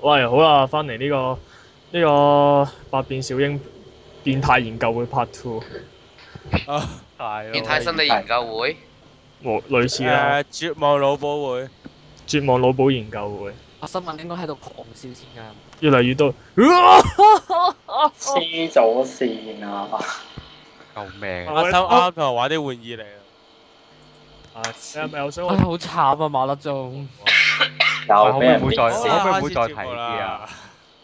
喂，好啦，翻嚟呢個呢、個百變小英變態研究會 Part Two，啊，係咯，變態心理研究會，和類似啦，誒，絕望老保會，絕望腦部研究會，我新聞應該喺度狂笑先㗎。越嚟越多。啊黐咗線啊！救命！我收啊啊啱同人玩啲玩意嚟啊！你係咪又想唉，我？好慘啊，馬粒鐘。又俾會人唔會再哦跌我死啊可唔可以唔好好啦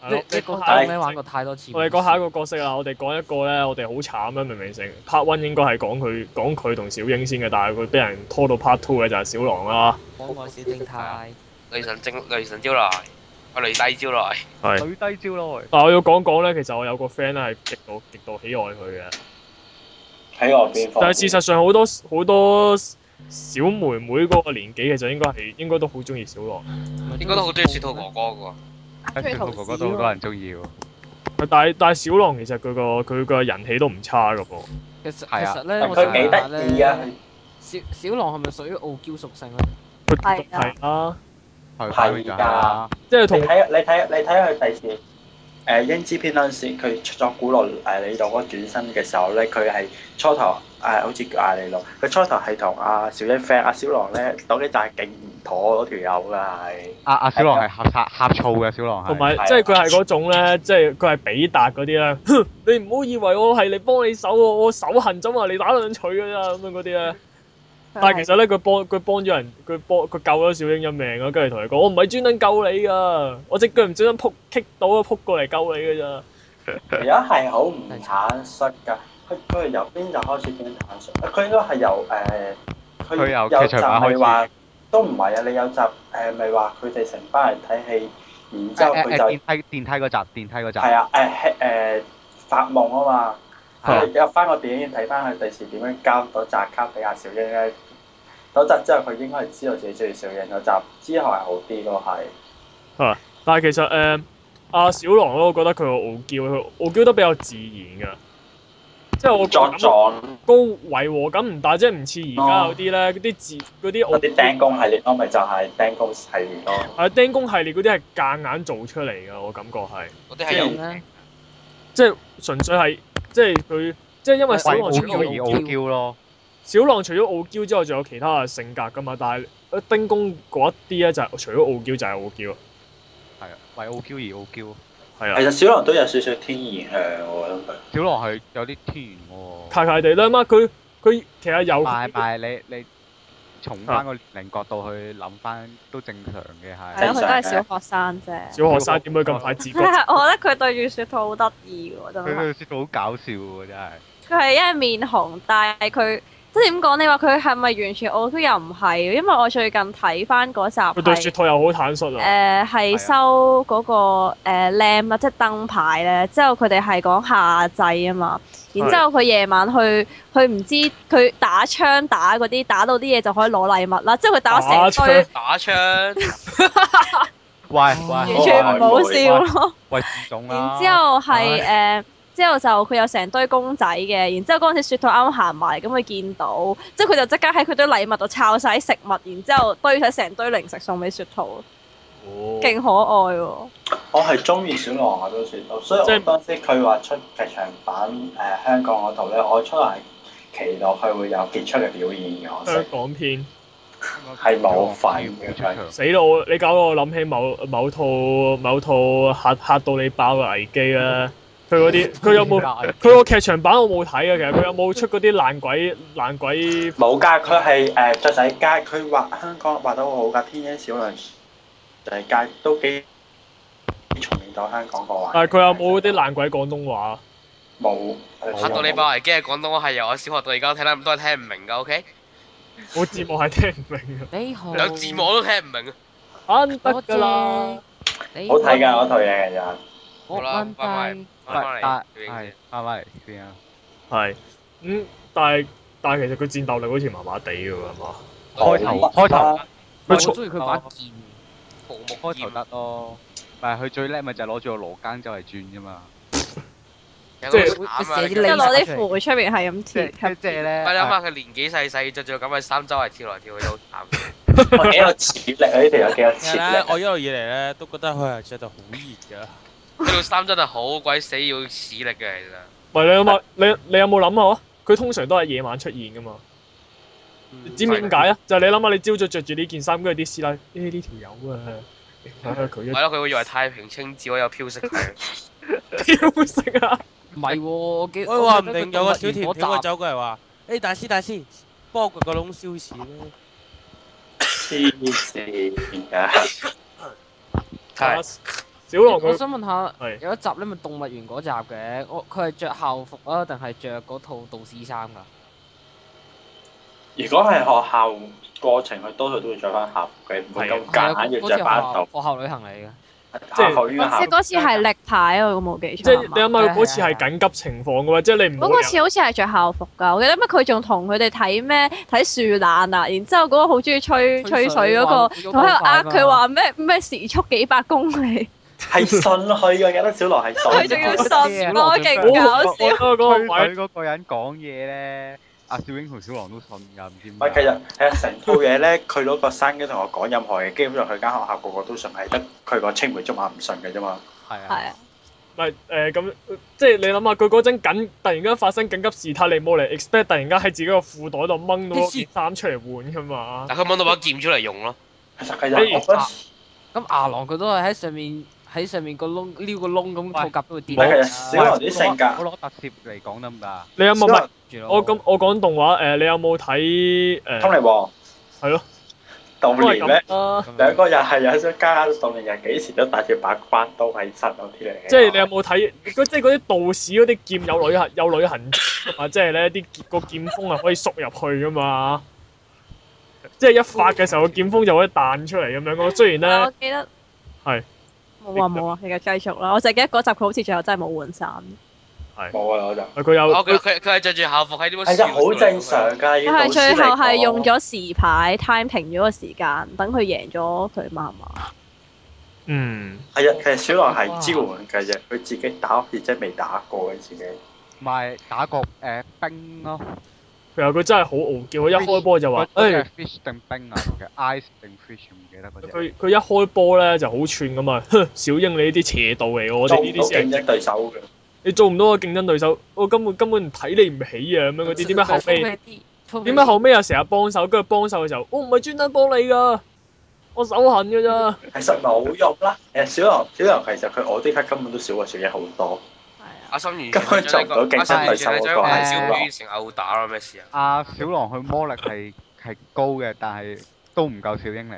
再開始提節係咯講目啦啲啊？你你講下下一咩玩過太多次？我哋講下一個角色啦，我哋講一個咧，我哋好慘啦，明明成 Part One 應該係講佢講佢同小英先嘅，但係佢俾人拖到 Part Two 嘅就係小狼啦。我愛小正太。雷神正雷神招來，啊雷帝招來，係。最低招咯，但我要講講咧，其實我有個 friend 咧係極度極度喜愛佢嘅。喺我邊放？但係事實上好多好多小妹妹嗰個年紀，其實應該係應該都好中意小狼。應該都好中意雪兔哥哥嘅喎。喺全部嗰度好多人中意喎。但係但係小狼其實佢個佢個人氣都唔差噶噃。其實其係啊實咧，但我佢想幾問得意啊咧，！小小狼係咪屬於傲嬌屬 性咧？佢係啊係啦，係反面就係啦，即係你同睇你睇你睇佢第時誒英之篇嗰陣時，佢出咗古羅誒里度嗰轉身嘅時候咧，佢係初頭誒好似叫艾利路，佢初頭係同阿小英 friend 阿小狼咧，到呢就係勁唔妥嗰條友㗎係。阿阿小狼係呷呷呷醋嘅小狼係。同埋係啊即係佢係嗰種咧，即係佢係比達嗰啲咧。哼你唔好以為我係嚟幫你手喎，我手痕啫嘛，你打兩錘㗎咋咁樣嗰啲咧。但係其實咧，佢幫佢幫咗人，佢幫佢救咗小英一命啊！跟住同佢講，我唔係專登救你㗎，我隻腳唔小心撲棘到啊，撲過嚟救你㗎咋。而家係好唔坦率㗎，佢佢係由邊就開始變坦率？佢應該係由誒，佢、佢由有劇場版集咪開始話都唔係啊！你有集誒咪話佢哋成班人睇戲，然之後誒誒佢誒電就梯電梯嗰集，電梯嗰集係啊誒誒、呃發夢啊嘛，係佢入翻個電影院睇翻佢第時點樣交到集卡俾阿小英咧。嗰集之後，佢應該係知道自己中意小英嗰集，之後係好啲咯，係。但係其實誒，呃阿、小狼咯，我覺得佢個傲嬌，佢傲嬌得比較自然㗎，即係我覺撞得撞高違和感唔大，即係唔似而家嗰啲咧，嗰啲自哦嗰啲傲嗰啲釘工系列咯，咪就係釘工系列咯。係釘工系列嗰啲係夾硬做出嚟㗎，我感覺係，嗰啲係有咁咧，即係純粹係，即係佢，即係因為小為狼傲除嬌咗而傲嬌咯，小狼除咗傲嬌之外，仲有其他嘅性格㗎嘛，但係呃釘工嗰一啲咧啊就係、除咗傲嬌就係傲嬌，係啊，為傲嬌而傲嬌。係啊其。實小狼都有少少天然向，我覺得佢。小狼係有啲天然喎。契契地啦嘛，佢佢其實有唔係唔係，你你從翻個年齡角度去諗翻都正常嘅係啊係。咯，佢都係小學生啫。小學生點會咁快自覺但？ 係啊我覺得佢對住雪兔好得意喎，真佢係。對雪兔好搞笑喎，真係。佢係因為面紅，但係佢即係點講？你話佢係咪完全傲嬌又唔係？因為我最近睇翻嗰集佢對雪係兔又好坦率啊！誒係收嗰個誒 lamp 啊啦，即係燈牌咧。之後佢哋係講夏祭啊嘛。然之後佢夜晚去，佢唔知佢打槍打嗰啲，打到啲嘢就可以攞禮物啦。之後佢打打成堆槍，打槍，喂喂完全唔好笑哦咯。喂，自重然啦。之後係誒、之後就佢有成堆公仔嘅，然之後嗰陣時雪兔啱啱行埋，咁佢見到，即係佢就即刻喺佢堆禮物度抄晒食物，然之後堆晒成堆零食送俾雪兔，哦勁可愛喎、我係中意小狼我都算到，所以即係我當時佢話出劇場版誒、呃香港嗰度咧，我出嚟期待佢會有傑出嘅表現嘅，我香識港片係冇份嘅出場。死咯！我你搞到我諗起某某套某套嚇嚇到你爆嘅危機咧，佢嗰啲佢有冇佢個劇場版我冇睇啊，其實佢有冇出嗰啲爛鬼爛鬼冇㗎，佢係誒雀仔街，佢畫香港畫得好好㗎，天野小狼雀仔街都幾重現到香港個畫。啊但係佢有冇嗰啲爛鬼廣東話？冇？冇嚇到你爆危機嘅廣東話係由我小學到而家聽得咁多聽唔明㗎，OK？我字幕係聽唔明啊嘅，你好。有字幕我都聽唔明啊！啱得多㗎啦謝。。你好睇㗎嗰套嘢其實。我好啦問拜拜低翻返嚟但，小英係翻返嚟先啊！係嗯，但係但係其實佢戰鬥力好似麻麻地㗎喎係嘛？開頭開頭我佢好從中意佢把劍。桃木開頭劍，得咯，但係佢最叻咪就係攞住個羅庚周圍轉啫嘛。有即個係慘啊！會你即諗會係下死攞啲符出面係咁即貼，係即係咧，你諗下佢年紀細細，着住咁嘅衫周圍跳來跳去都好慘。 我幾有潛力啊！呢條有幾有其實 潛咧，力。我一路以嚟咧都覺得佢係着到好熱 㗎。呢套衫真係好鬼死要屎力嘅，其實。喂，你有冇你你有冇諗下啊？佢通常都係夜晚出現噶嘛？嗯你知唔知點解啊？就係你諗下，你朝早着住呢件衫，跟住啲師奶，誒呢條友啊，你睇下佢一係咯，佢會以為太平清醮有飄色 佢。屌食啊！唔係喎，我記我話唔定有個小甜甜甜會走過嚟話：，誒大師大師，幫我掘個窿燒錢啦！黐線㗎！啊係小龍我佢想問下，係有一集咧咪動物園嗰集嘅，我佢係着校服啊，定係着嗰套道士衫㗎？如果係學校過程，佢多數都會着翻校服嘅，唔會係啊咁夾硬要着翻嗰到次學校學校旅行嚟嘅。即係校服呢個校即係服。嗰次係力牌啊，我冇記即係錯你係嘛。諗下，嗰次係緊急情況嘅喎，即係你唔好嗰個次好似係着校服㗎，我記得咩佢仲同佢哋睇咩睇樹懶啊，然之後嗰個好中意吹吹吹水水嗰話個，佢仲喺度呃好快㗎佢話咩咩時速幾百公里，係信佢嘅，記得小羅係佢信仲 要佢。信小咯，狼勁嘅搞我啊笑。嗰個位佢嗰個人講嘢咧，阿小英同小狼都信㗎，唔知點唔係，其實解。係啊，成套嘢咧，佢攞個生嘅同我講任何嘢，基本上佢間學校個個都信，係得佢個青梅竹馬唔信嘅啫嘛。係係啊啊，，唔係誒咁，即係你諗下，佢嗰陣緊突然間發生緊急事態，你冇嚟 expect 突然間喺自己個褲袋度掹到件衫出嚟換㗎嘛？但佢掹到把劍出嚟用咯，其實其實我覺得，咁牙狼佢都係喺上面喺上面個窿撩個窿咁，喂套夾都會跌唔係落其嚟實小啊。羅啲性格，我攞特攝嚟講得唔得啊？你有冇唔係住咯我咁我講動畫誒、你有冇睇通誒？嚟喎，係咯，當都係年咧。咁啦。兩個人係有張家當年人幾時都帶住把關刀喺身嗰啲嚟嘅。即係你有冇睇？嗰即係嗰啲道士嗰啲劍有旅行 有旅行同埋即係咧啲個劍鋒啊係可以縮入去㗎嘛？即係一發嘅時候，個劍鋒就可以彈出嚟咁樣。咁雖然咧我。記得係冇啊冇啊，你繼續啦。我就記得嗰集佢好似最後真係冇換衫，冇啊？我就啊佢有哦佢佢佢係着住校服喺啲乜樹係就好正啊常㗎，要佢係導師最嚟後係講用咗時牌 time 停咗個時間，等佢贏咗佢嘛係嘛？嗯，係哦啊，其實小羅係支援嘅啫，佢自己打好似真係未打過嘅自己。唔係打個誒冰咯，其實佢真係好傲嬌，一開波就話哎嗰，誒只 fish 定冰啊，嘅 ice 定 fish 唔記得嗰只。佢佢一開波咧就好串咁啊！哼， 小英你呢啲邪道嚟，我哋呢啲先競係爭對手嘅，你做唔到個競爭對手，我根本根本睇你唔起啊！咁樣嗰啲點解後尾尾點解後尾又成日幫手，跟住幫手嘅時候，我唔係專登幫你㗎，我手痕㗎咋。其實冇用啦。誒，小羅小羅其實佢我啲卡根本都少過小英好多。係啊。阿心完根本全將呢做唔到個競阿心爭完對手全嗰個將小係小表羅變成殴打咯，咩事啊？阿小狼佢魔力係係高嘅，但係都唔夠小英嚟。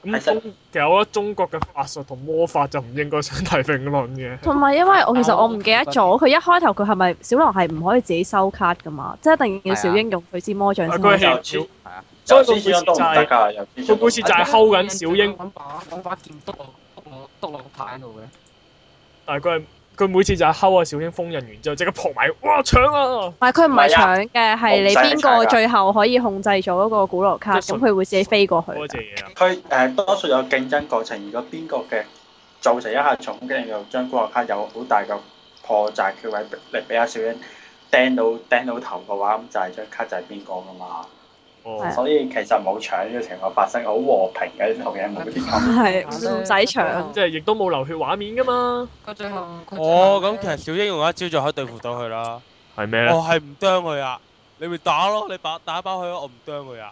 咁其實中其實我覺得中國嘅法術同魔法就唔應該相提並論嘅。同埋因為我其實我唔記得咗，佢一開頭佢係咪小狼係唔可以自己收卡噶嘛？即係一定要小英用佢支魔杖先可以佢收。係就氣係啊所以個先故事始都就唔係得㗎，由個故事就係睺緊小英，揾把揾把劍篤落篤落篤落個牌度嘅。但係佢係佢每次就係睺啊小英封印完之後，即刻撲埋，哇搶啊！唔係佢唔係唔係啊搶嘅，係你邊我唔個使搶㗎最後可以控制咗嗰個古羅卡，即係咁順佢會自己飛過去嗰㗎。隻嘢啊！佢誒多數有競爭過程，如果邊個嘅造成一下重擊，又將嗰個卡有好大嘅破綻缺位，你俾阿小英釘到釘到頭嘅話，咁就係張卡就係邊個噶嘛。哦係。啊所以其實冇搶呢個情況發生，好和平嘅呢套嘢冇啲咁。係唔使搶。即係亦都冇流血畫面噶嘛。佢最後哦，咁其實小英用一招就可以對付到佢啦。係咩我係唔啄佢啊！你咪打咯，你打打爆佢咯，我唔啄佢 啊！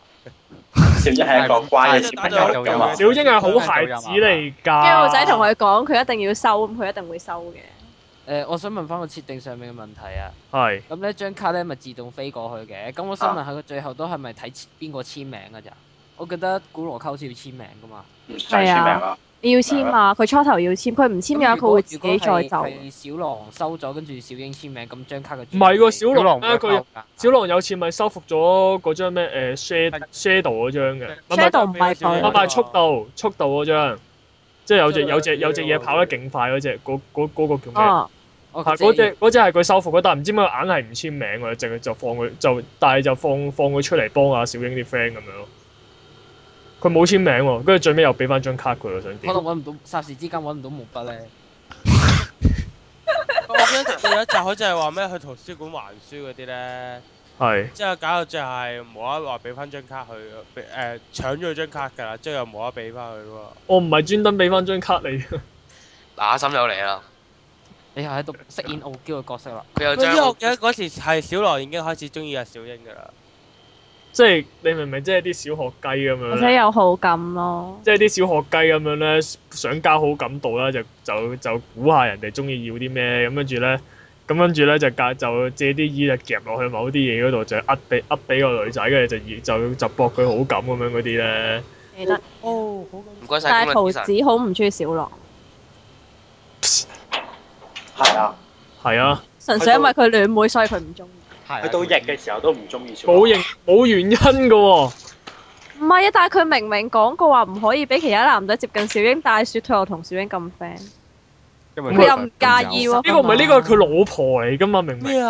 小英係一個乖嘅小朋友嚟㗎嘛，小英係好孩子嚟啊㗎。跟住我仔同佢講，佢一定要收，咁佢一定會收嘅。誒，我想問翻個設定上面嘅問題啊。係咁呢張卡咧咪自動飛過去嘅？咁我想問下佢最後都係咪睇簽邊個簽名㗎咋？我記得古羅卡好似要簽名㗎嘛。唔使簽名啊。你要簽啊！佢初頭要簽，佢唔簽嘅話，咁如佢果會自己再如走果。係係小狼收咗，跟住小英簽名，咁張卡嘅唔係喎？小小狼狼咧，佢小狼有次咪收復咗嗰張咩誒 shadow 係 shadow 嗰張嘅，唔係唔 Shadow 唔係佢係唔係速度速度嗰張，即係有隻有隻有隻嘢跑得勁快嗰隻，嗰嗰嗰個叫咩？哦，哦係嗰隻嗰隻係佢收復嘅，但係唔知點解硬係唔簽名喎，淨係就放佢就，但係就放放佢出嚟幫阿小英啲 friend 咁樣咯。佢冇簽名喎，跟住最尾又俾翻張卡佢，我想可點能？揾唔到，霎時之間揾唔到毛筆咧。我記得有一集佢就係話咩去圖書館還書嗰啲咧，係之後搞到最後係無啦啦話俾翻張卡佢，俾誒搶咗佢張卡㗎啦，之後又無啦啦俾翻佢喎。我唔係專登俾翻張卡你，嗱，心有嚟啦，你又喺度飾演傲嬌嘅角色啦。佢又因為我將記得嗰時係小羅已經開始中意阿小英㗎啦。即係你明唔明？即係啲小學雞咁樣或呢者有好感咯。即係啲小學雞咁樣咧，想加好感度啦，就就就估下人哋中意要啲咩，咁跟住咧，咁跟住咧就隔就借啲意就夾落去某啲嘢嗰度，就呃俾呃俾個女仔，跟住就以就就博佢好感咁樣嗰啲咧，記得，哦，好緊唔該晒但係公桃律之神，子好唔中意小狼，係啊，係啊，純粹因為佢戀妹，所以佢唔中意。係啊佢到翼嘅時候都唔中意嗯小冇狼。認冇原因嘅喎、唔係啊，但係佢明明講過話唔可以俾其他男仔接近小英，但係雪佢又同小英咁 friend，因為佢又唔介意有喎。呢個唔係呢個係佢老婆嚟噶嘛，明唔明啊咩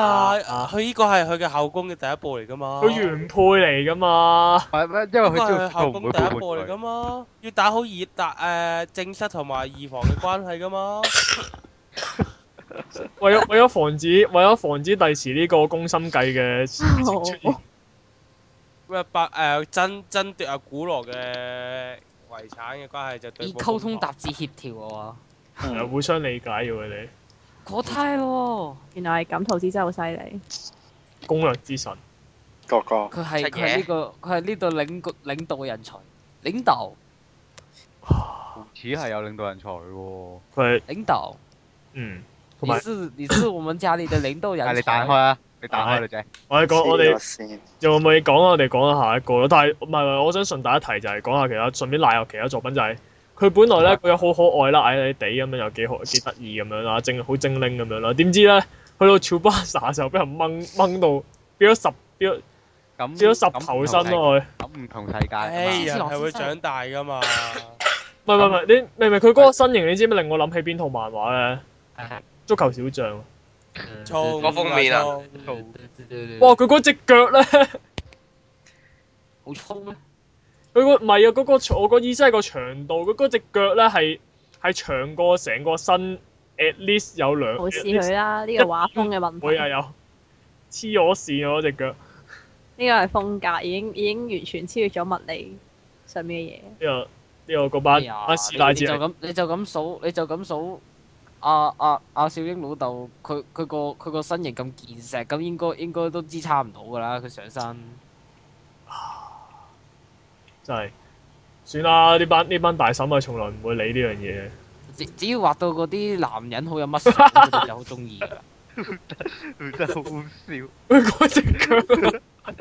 啊？佢呢個係佢嘅後宮嘅第一步嚟㗎嘛。佢原配嚟噶嘛，唔係咩因為呢個佢知係道後佢唔會宮背叛第一步嚟㗎佢。嘛，要打好二打誒正室同埋二房嘅關係㗎嘛。為 咗為咗防止為咗防止第時呢個攻心計嘅事情出 現，咩啊白誒爭爭奪阿古羅嘅遺產嘅關係就對以簿溝公通堂達至協調啊！係嗯互相理解嘅佢哋嗰胎喎，原來係咁，桃子真係好犀利。攻略之神。個個佢係出嘢佢係呢個佢係呢度領個領導人才，領導似係有領導人才喎，佢係領導，嗯，同你埋是你是我們家裡的領導人但係你才。彈開啊，你彈係開女仔，我哋講我黐哋咗線仲有冇嘢講啊？我哋講下下一個咯。但係唔係唔係，我想順帶一提就係講下其他，順便賴入其他作品就係、佢本來咧佢有好可愛啦，矮矮地咁樣又幾可幾得意咁樣啦，精好精靈咁樣啦。點知咧去到 c h u b a s a 時候俾人掹掹到變咗十變咗咁變咗十頭身，咯佢。咁唔同世界唉，咁唔同人係會世界㗎嘛長大㗎嘛。唔係唔係唔係，你明唔明佢嗰個身形？你知唔知令我諗起邊套漫畫咧？係足球小將。衝嗰封面啊衝嗯哇！佢嗰只腳咧，好啊粗咩？佢個唔係啊，嗰、個長我個意思係個長度，佢嗰只腳咧係係長過成個身，at least 有兩。冇 at 事 least 佢啦，呢個畫風嘅問會啊題，有黐我線啊！嗰只腳呢呢個係風格，已經已經完全超越咗物理上面嘅嘢。個呢個嗰哎班呀班師你奶你之就嚟，咁你就咁數你就咁數阿阿阿小英老豆佢佢個佢個身形咁健碩，咁應該應該都支撐唔到㗎啦，佢上身。真係算啦！呢班呢班大嬸啊，從來唔會理呢樣嘢 嘅。只只要畫到嗰啲男人好有乜水，佢哋就好中意㗎啦。真係好好笑，佢嗰只腳啊，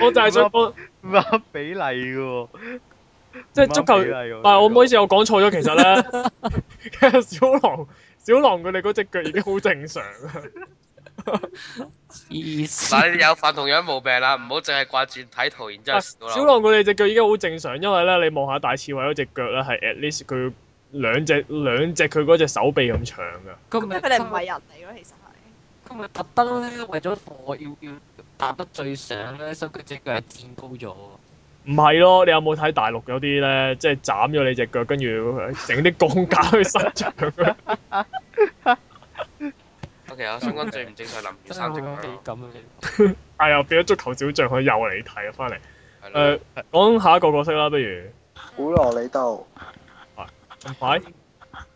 我就係想講，唔啱比例嘅喎，即係足唔啱球比例。喎但係我唔好意思，我講錯咗。其實咧，其實 小狼小狼佢哋嗰只腳已經好正常啊。黐線嗱，你有犯同樣毛病啦，唔好淨係掛住睇圖，然之後笑啦小狼佢哋只腳已經好正常，因為咧你望下大刺猬嗰只腳咧係 at least 佢兩隻兩隻佢嗰隻手臂咁長㗎。佢咪人嚟咯，其實係。佢咪特登咧，為咗貨要要搭得最上咧，所以佢只腳係墊高咗。唔係咯，你有冇睇大陸有啲咧，即係斬咗你只腳，跟住整啲鋼架去伸 長 OK，我想講最唔正常林如真山係隻好腳地咯，咁嘅。哎呀，變咗足球小將，佢又嚟睇啊，翻嚟。誒、 係啊咯，講下一個角色啦，不如。古羅里度嗯近排，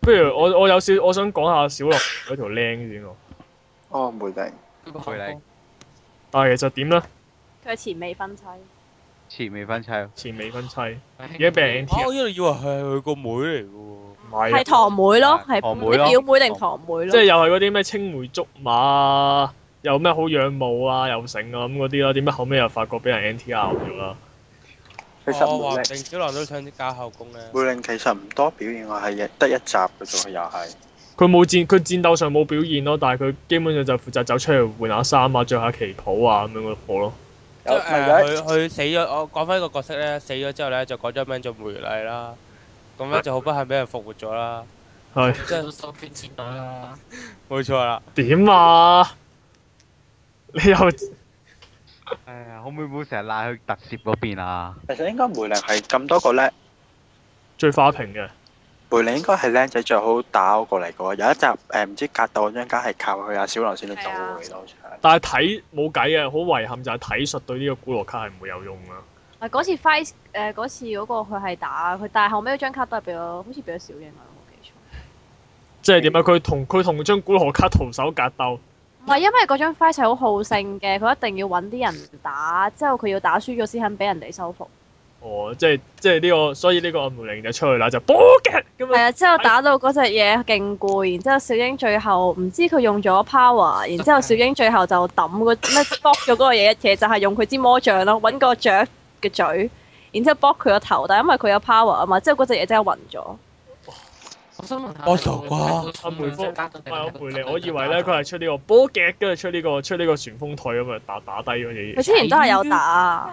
不如我我有少，我想講下小樂嗰條靚先喎。哦，梅玲佢個佢嚟口但係其實點咧？佢係前未婚妻，前未婚妻，前未婚妻，而風家俾人 NT 啊！我一路以為佢係佢個妹嚟㗎喎。唔係係啊，堂妹咯，係堂妹你咯表妹定堂妹即係咯？又係嗰啲咩青梅竹馬啊，又咩好仰慕啊，又成啊咁嗰啲啦。點解後尾又發覺俾人 NTR 咗啦？其實我話唔梅玲定小狼都想加後宮咧。梅玲其實唔多表現，我係日得一集嘅啫喎，又係。佢冇戰，佢戰鬥上冇表現咯，但係佢基本上就負責走出去換下衫啊，着下旗袍啊咁樣嗰個咯。即係有咪有一誒，佢佢死咗，我講翻個角色咧，死咗之後咧就改咗名做梅麗啦。咁咧就好不幸俾人復活咗啦。係即係收捐錢袋啦。冇錯啦。點啊？你又哎呀，可唔可以唔好成日賴去特攝嗰邊啊？其實應該梅玲係咁多個叻，最花瓶嘅，梅利應該係僆仔最好打嗰個嚟嘅喎，有一集誒唔、知格鬥張家係靠佢阿小狼先至走嘅喎，但係睇冇計啊，好遺憾就係睇術對呢個古羅卡係唔會有用啊。係嗰次 fight 誒嗰次嗰個佢係打佢，但係後尾嗰張卡都係俾咗，好似俾咗小英啊，我冇記錯。即係點啊？佢同佢同張古羅卡徒手格鬥，唔嗯係因為嗰張 fight 係好好勝嘅，佢一定要揾啲人打，之後佢要打輸咗先肯俾人哋收服。哦，即係即係呢、個，所以呢個梅玲就出去啦，就波嘅咁係樣。啊，之後打到嗰只嘢勁攰，然之後小英最後唔知佢用咗 power，然之後小英最後就抌 嗰咩 block 咗嗰個嘢，其實就係用佢支魔杖咯，揾個雀嘅嘴，然之後 block 佢個頭，但係因為佢有 power 啊嘛，之後嗰只嘢真係暈咗。我想問下，我傻瓜阿梅峰，唔係我梅玲，我以為咧咧佢係出呢個波嘅，跟住出呢、個出呢個旋風腿咁啊，打打低嗰佢啲。之前都係有打，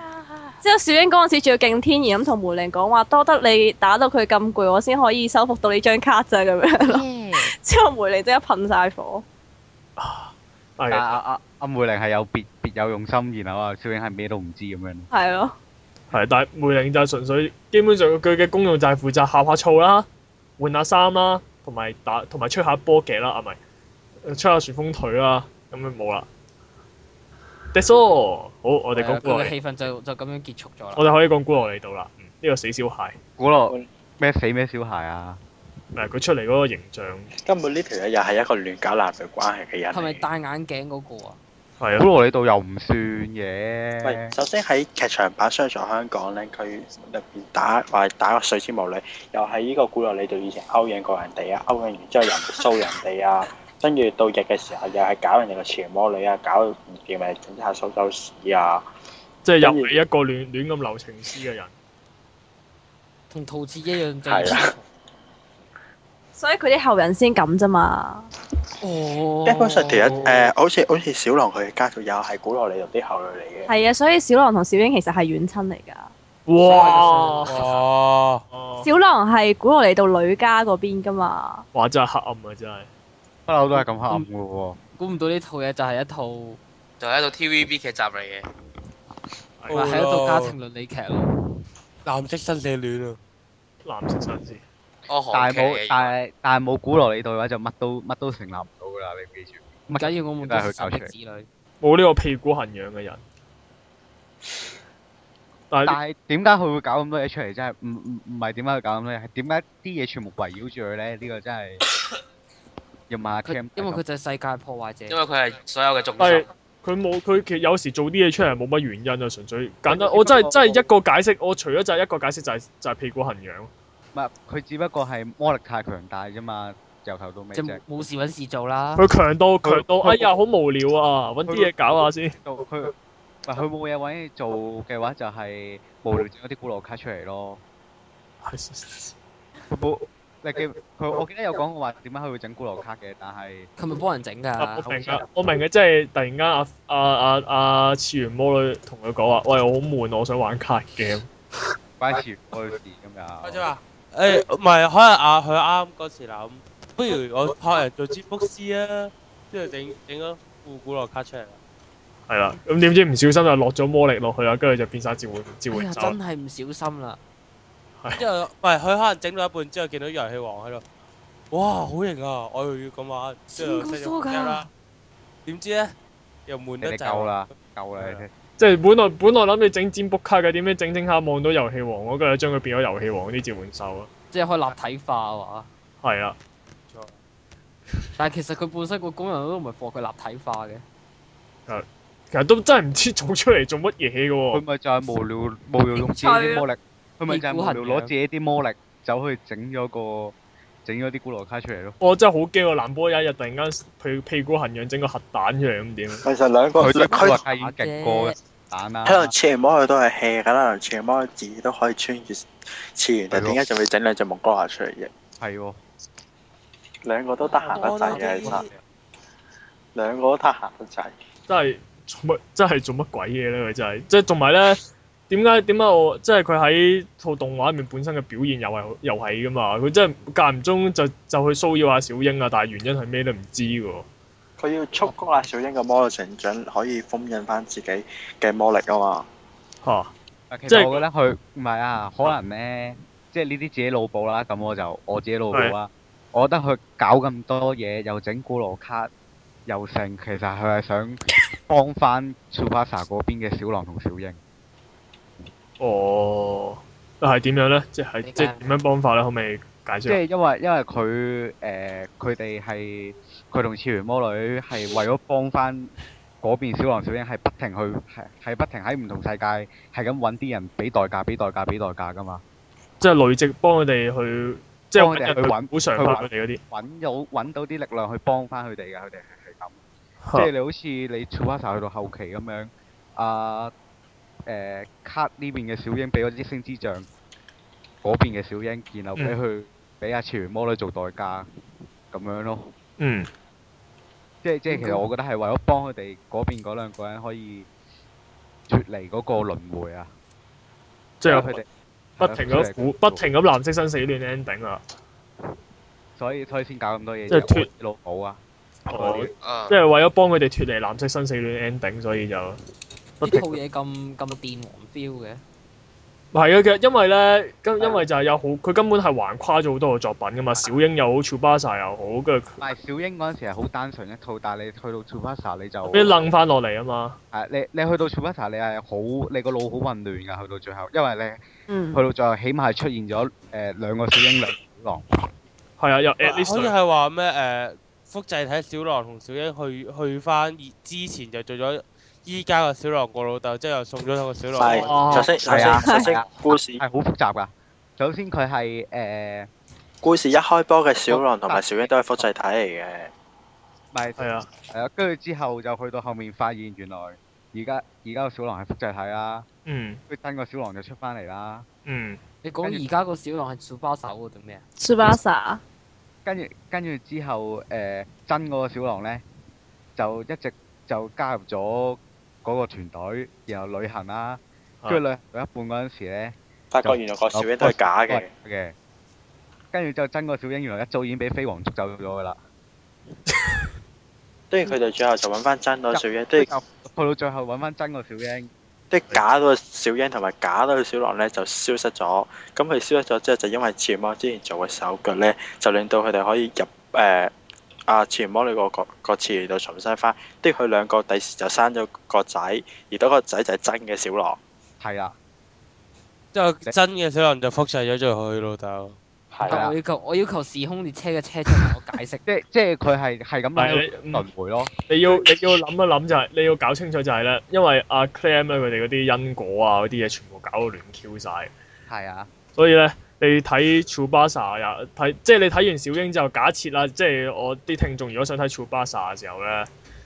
之後小英嗰陣時仲要勁天然咁同梅玲講話，多得你打到佢咁攰，我先可以收復到呢張卡咋咁樣咯。之後梅玲即刻噴晒火，係但啊阿阿阿梅玲係有別別有用心，然後啊小影係咩都唔知咁樣。係咯，係，但係梅玲就係純粹，基本上佢嘅功用就係負責呷下醋啦、換下衫啦，同埋打同埋吹下波嘅啦，啊咪吹下旋風腿啦，咁樣冇啦。That's all。好，我哋講古啊佢羅嘅嚟，氣氛就就咁樣結束咗啦。我哋可以講古羅嚟到啦。嗯，呢、個死小孩，古樂咩死咩小孩啊？誒佢出嚟嗰個形象根本呢條友又係一個亂搞男女關係嘅人係咪嚟嘅。戴眼鏡嗰個啊？係古啊，樂你度又唔算喂，嘅。首先喺劇場版《雙在香港》咧，佢入邊打話打個水晶巫女，又喺呢個古羅里度以前勾引過人哋啊，勾引完之後又唔騷人哋啊，跟住到日嘅時候又係搞人哋個邪魔女啊，搞唔掂咪整下蘇州屎啊！即係入嚟一個亂亂咁流情詩嘅人。同陶喆一樣就係啊所以佢啲後人先咁啫嘛。哦，基本上條友誒，好似好似小狼佢嘅家族又係古羅里度啲後裔嚟嘅。係啊，所以小狼同小英其實係遠親嚟㗎。哇！哇！哦小狼係古羅里度女家嗰邊㗎嘛。哇！真係黑暗啊，真係。不嬲都係咁黑暗嘅喎。估唔到呢套嘢就係一套，哦話就係一套 TVB 劇集嚟嘅，係啊係一套家庭倫理劇咯。藍色生死戀啊！藍色紳士。哦但韓係劇冇，嚟但係但係冇古樂你度嘅話，就乜都乜都成立唔到㗎啦。你記住。唔緊要，我們都都係是佢搞神出的嚟子女。冇呢個屁股痕癢嘅人。但但係係點解佢會搞咁多嘢出嚟？真係唔唔唔係點解佢搞咁多嘢？係點解啲嘢全部圍繞住佢咧？呢個真係要問下佢 Cam。因為佢就係世界破壞者。因為佢係所有嘅重但係心。佢冇佢其實有時做啲嘢出嚟冇乜原因啊，純粹簡單。我真係真係一個解釋，我除咗就係一個解釋就係、就係、屁股痕癢。唔係佢只不過係魔力太強大啫嘛，由頭到尾即啫係。冇事揾事做啦。佢強到強到，佢哎呀好無聊啊！揾啲嘢搞下先。到佢唔係佢冇嘢揾嘢做嘅話，就係無聊整嗰啲古羅卡出嚟咯。佢冇你記佢，我記得有講過話點解佢會整古羅卡嘅，但係佢咪幫人整啊㗎？哎我明啊，我明嘅，即係突然間阿阿阿阿次元魔女同佢講話：，喂，我好悶，啊我想玩卡 game。關事嗰事開咁樣始。啊！誒，唔係，可能啊，佢啱嗰時諗，不如我派人做占卜師啊，跟住整整咗副古羅卡出嚟啦。係啦，咁點知唔小心就落咗魔力落去啦，跟住就變晒召喚召哎喚啊呀，走。真係唔小心啦！之後唔係佢可能整到一半之後見到遊戲王喺度，哇好型啊！我又要咁玩，之後就 set 咗 project 啦。點知咧又悶你得哋滯。夠啦，夠啦！你哋即係本來本來諗住整占卜卡嘅，點知整整下望到遊戲王嗰個，將佢變咗遊戲王啲召喚獸啊！即係可以立體化啊嘛。係啊，但係其實佢本身個功能都唔係放佢立體化嘅。其實都真係唔知做出嚟做乜嘢嘅佢喎。咪就係無聊無聊用自己啲魔力，佢咪就係無聊攞自己啲魔力走去整咗個整咗啲古羅卡出嚟咯。我真係好驚喎！藍波有一日突然間屁屁股痕癢，整個核彈出嚟咁點？啊其實兩個佢啲古羅佢卡已經勁過蛋啦。喺度次元魔女都係 hea 㗎啦，次元魔女自己都可以穿越次元，但係點咯解仲要整兩隻蒙哥牙出嚟啫？係喎，兩個都得閒得滯嘅，其實兩個都得閒得滯。真係做乜？真係做乜鬼嘢咧？佢真係即係同埋咧，點解點解我即係佢喺套動畫入面本身嘅表現又係又係噶嘛？佢真係間唔中就就去騷擾下小英啊，但係原因係咩都唔知嘅喎。佢要促谷阿小英嘅魔力成長，可以封印翻自己嘅魔力啊嘛。嚇！啊其即係實我覺得佢唔係啊，可能咧即係呢啲自己腦補啦。咁我就我自己腦補啦。我覺得佢搞咁多嘢，又整古羅卡，又成，其實佢係想幫翻 s u p a s a 嗰邊嘅小狼同小英。哦，係點樣咧？即係即係點樣幫法咧？可唔可以解即釋？啊係因為因為佢誒佢哋係佢同次元魔女係為咗幫翻嗰邊小狼小英係不停去係係不停喺唔同世界係咁揾啲人俾代價俾代價俾代價噶嘛，即係累積幫佢哋去，即係幫佢哋去揾補償翻去揾佢哋嗰啲。揾到揾到啲力量去幫翻佢哋嘅，佢哋係係咁。即係嚇你好似你 t r u a s a 去到後期咁樣，啊誒卡呢邊嘅小英俾咗啲星之杖，嗰邊嘅小英，然後俾嗯佢俾阿潮魔女做代價咁樣咯。嗯，即係即係其實我覺得係為咗幫佢哋嗰邊嗰兩個人可以脱離嗰個輪迴啊，即因為係佢哋不停咁估，不停咁藍色生死戀 ending 啊！所以所以先搞咁多嘢，即係脱老母啊！哦啊即，係為咗幫佢哋脱離藍色生死戀 ending，所以就不呢停套嘢咁咁電王 feel 嘅，係啊，其實因為咧，因因為就係有好，佢根本係橫跨咗好多個作品噶嘛，小英又好 c h u b a s a 又好，跟住唔係小英嗰陣時係好單純一套，但係你去到 t r u a s a 你就俾楞翻落嚟啊嘛。係你你去到 t r u a s a 你係好你個腦好混亂㗎，去到最後，因為你。嗯去，到最後，起碼係出現咗誒、呃、兩個小英兩個小狼，係啊，又 at 好 least 似係話咩誒複製睇小狼同小英去去翻之前就做咗依家個小狼個老豆，之後又送咗個小狼。係哦首先首係啊先首係先啊故事係好複雜㗎。首先佢係呃誒，故事一開波嘅小狼同埋小英都係複製體嚟嘅。咪係啊，係啊，跟住之後就去到後面發現原來而家而家個小狼係複製體啦，嗯跟住真個小狼就出翻嚟啦，嗯，你講而家個小狼係小巴手嗰定咩啊？ s 巴 a 跟住跟住之後誒、呃真嗰個小狼咧就一直就加入咗嗰個團隊，然後旅行啦，跟住旅行到一半嗰陣時咧。發覺原來個小英都係假嘅，嘅。跟住之後，真個小英原來一早已經俾飛黃捉走咗㗎啦。跟住佢哋最後就揾翻真嗰個小英，即跟係住去到最後揾翻真個小英，啲假嗰個小英同埋假嗰個小狼咧就消失咗。咁佢消失咗之後，就因為潛魔之前做嘅手腳咧，就令到佢哋可以入誒啊潛魔呢個個個次元度重新翻。跟住佢兩個第時就生咗個仔，而嗰個仔就係真嘅小狼。係啊啦，之後真嘅小狼就複製咗做佢老豆。啊。係但啦我，要求我要求時空列車嘅車長同我解釋即係即係佢係係咁喺係度你嗯輪迴咯。你要你要諗一諗就係、你要搞清楚就係咧，因為阿 Clam 咧佢哋嗰啲因果啊嗰啲嘢全部搞到亂 Q 晒。係啊，所以咧，你睇 c h u b a s a 又睇，即係你睇完小英之後，假設啦，即係我啲聽眾如果想睇 c h u b a s a 嘅時候咧，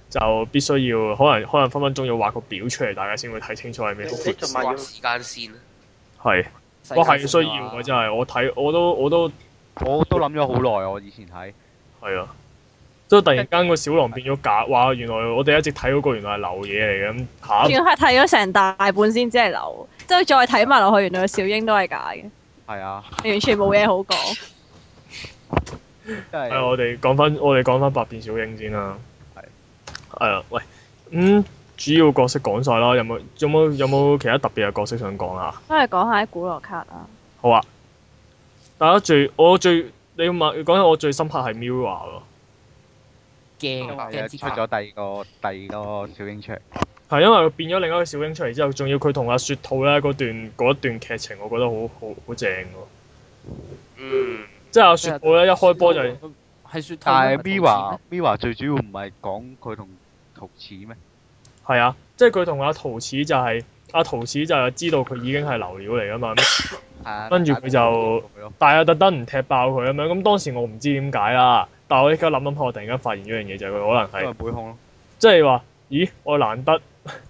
就必須要可能可能分分鐘要畫個表出嚟，大家先會睇清楚係咩你同埋要畫時間線， 係，世界我啊係需性要啊嘅話嘅真係，我睇我都我都我都諗咗好耐，我以前睇係啊，即係突然間個小狼變咗假，哇！原來我哋一直睇嗰個原來係流嘢嚟嘅，咁下仲一要係睇咗成大半先，只係流，即係再睇埋落去，原來小英都係假嘅，係啊，完全冇嘢好講。即係啊係我哋講翻我哋講翻百變小英先啦。係係啊，喂，咁、主要角色講晒啦，有冇有冇有冇其他特別嘅角色想講啊？都係講下啲古羅卡啊，好啊！大家最我最你要問講起我最深刻係 Mira 喎，驚係啊驚之出咗第二個第二個小英啊出嚟，係因為佢變咗另一個小英出嚟之後，仲要佢同阿雪兔咧嗰段嗰一段劇情，我覺得好好好正喎！嗯，即係阿雪兔咧一開波就係係雪兔但係咩唔係兔子 Miva Miva 最主要唔係講佢同陶瓷咩？係啊，即係佢同阿陶瓷就係、阿陶瓷就係知道佢已經係流料嚟㗎嘛，係啊跟住佢就但係又特登唔踢爆佢咁樣。咁當時我唔知點解啦，但係我依家諗諗下，我突然間發現一樣嘢就係佢可因能為係妹控咯，即係話，咦，我難得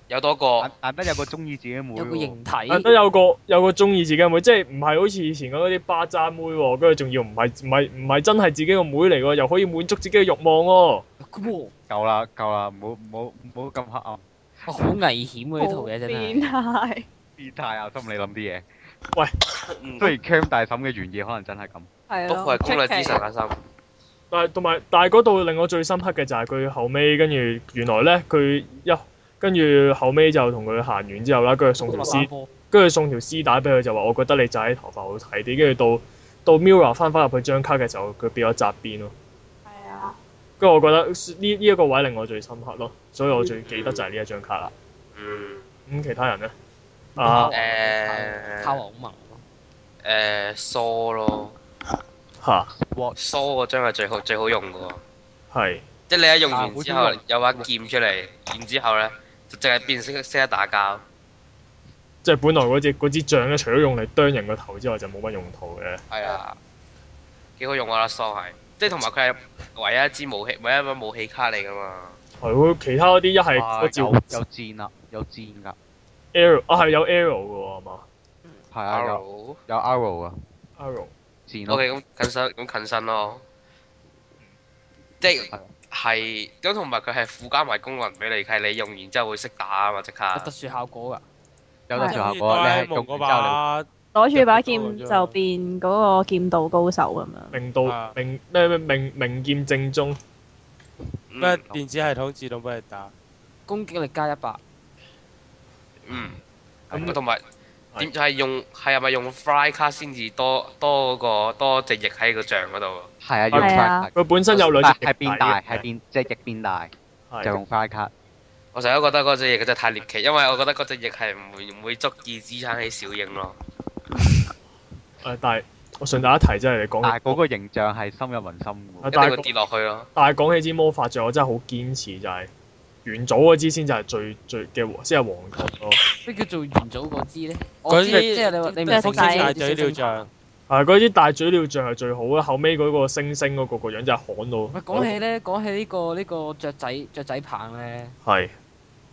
有多個難難得有個中意自己妹有個喎，形體，啊難得有個有個中意自己嘅妹，即係唔係好似以前嗰啲巴渣妹喎，跟住仲要唔係唔係唔係真係自己個妹嚟喎，又可以滿足自己嘅慾望喎。哇夠啦夠啦，唔好唔好唔好咁黑暗哇好危險喎！呢套嘢真變係態。變態啊！心理諗啲嘢。嗯雖然 Cam 大嬸嘅原意可能真係咁，係都係咯，攻略之神出奇啊，心但係同埋但係嗰度令我最深刻嘅就係佢後尾跟住原來咧佢一跟住後尾就同佢行完之後啦，跟住送條落絲山坡跟住送條絲帶俾佢，就話我覺得你紮起頭髮好睇啲。跟住到到 Mira 翻返入去張卡嘅時候，佢變咗紮辮咯。係啊，跟住我覺得呢呢一個位令我最深刻咯，所以我最記得就係呢一張卡啦。嗯，咁其他人咧？嗯啊誒卡華好萌咯，誒梳咯，嚇，梳嗰張係最好最好用嘅喎，係即係你一用完之啊好後中意有把劍出嚟，然之後咧就淨係變識識得打交。即係本來嗰支嗰支杖咧，除咗用嚟啄人個頭之外，就冇乜用途嘅。係啊，幾好用啊！梳係，即係同埋佢係唯一一支武器，唯一一把武器卡嚟㗎嘛。係喎，其他嗰啲一係啊嗰有照有箭啦，有箭噶， arrow 啊，係有 arrow 嘅喎，係嘛係啊，有 Arrow。有 arrow 啊， ？arrow 箭咯。 O.K. 咁近身，咁近身咯。即係係咁，同埋佢係附加埋功能俾你，係你用完之後會識打啊嘛，即刻。有特殊效果啊㗎。有得係做效哆果，你啦 A 係夢用嗰完之後你把攞住把劍入咗就變嗰個劍道高手咁樣。明道啊明咩咩明明劍正宗。嗯咩電子系統自動幫你打，攻擊力加一百，嗯。咁咁同埋係點就係用係咪用 fly 卡先至多多個多隻翼喺個像嗰度？係啊，係用啊 fly 卡，佢本身有兩隻啊係係變大，係變變隻翼變大，就用 fly 卡。我成日都覺得嗰隻翼真係太獵奇，因為我覺得嗰隻翼係唔會唔會足以支撐起小影咯。誒，但係我順帶一提，即係你講，但係嗰個形象係深入民心啊一嘅。定會跌落去咯。但係講起支魔法杖，我真係好堅持就係元祖嗰支先就係最最嘅，先係黃金咯。咩叫做元祖嗰支咧？嗰我支知，即係你話你即係唔福福識星星大大嘴鳥像，係嗰支大嘴鳥像係最好啦，後尾嗰個星星嗰個個樣真係罕喂，到。講起咧，講起呢個呢個雀仔雀仔棒咧，係，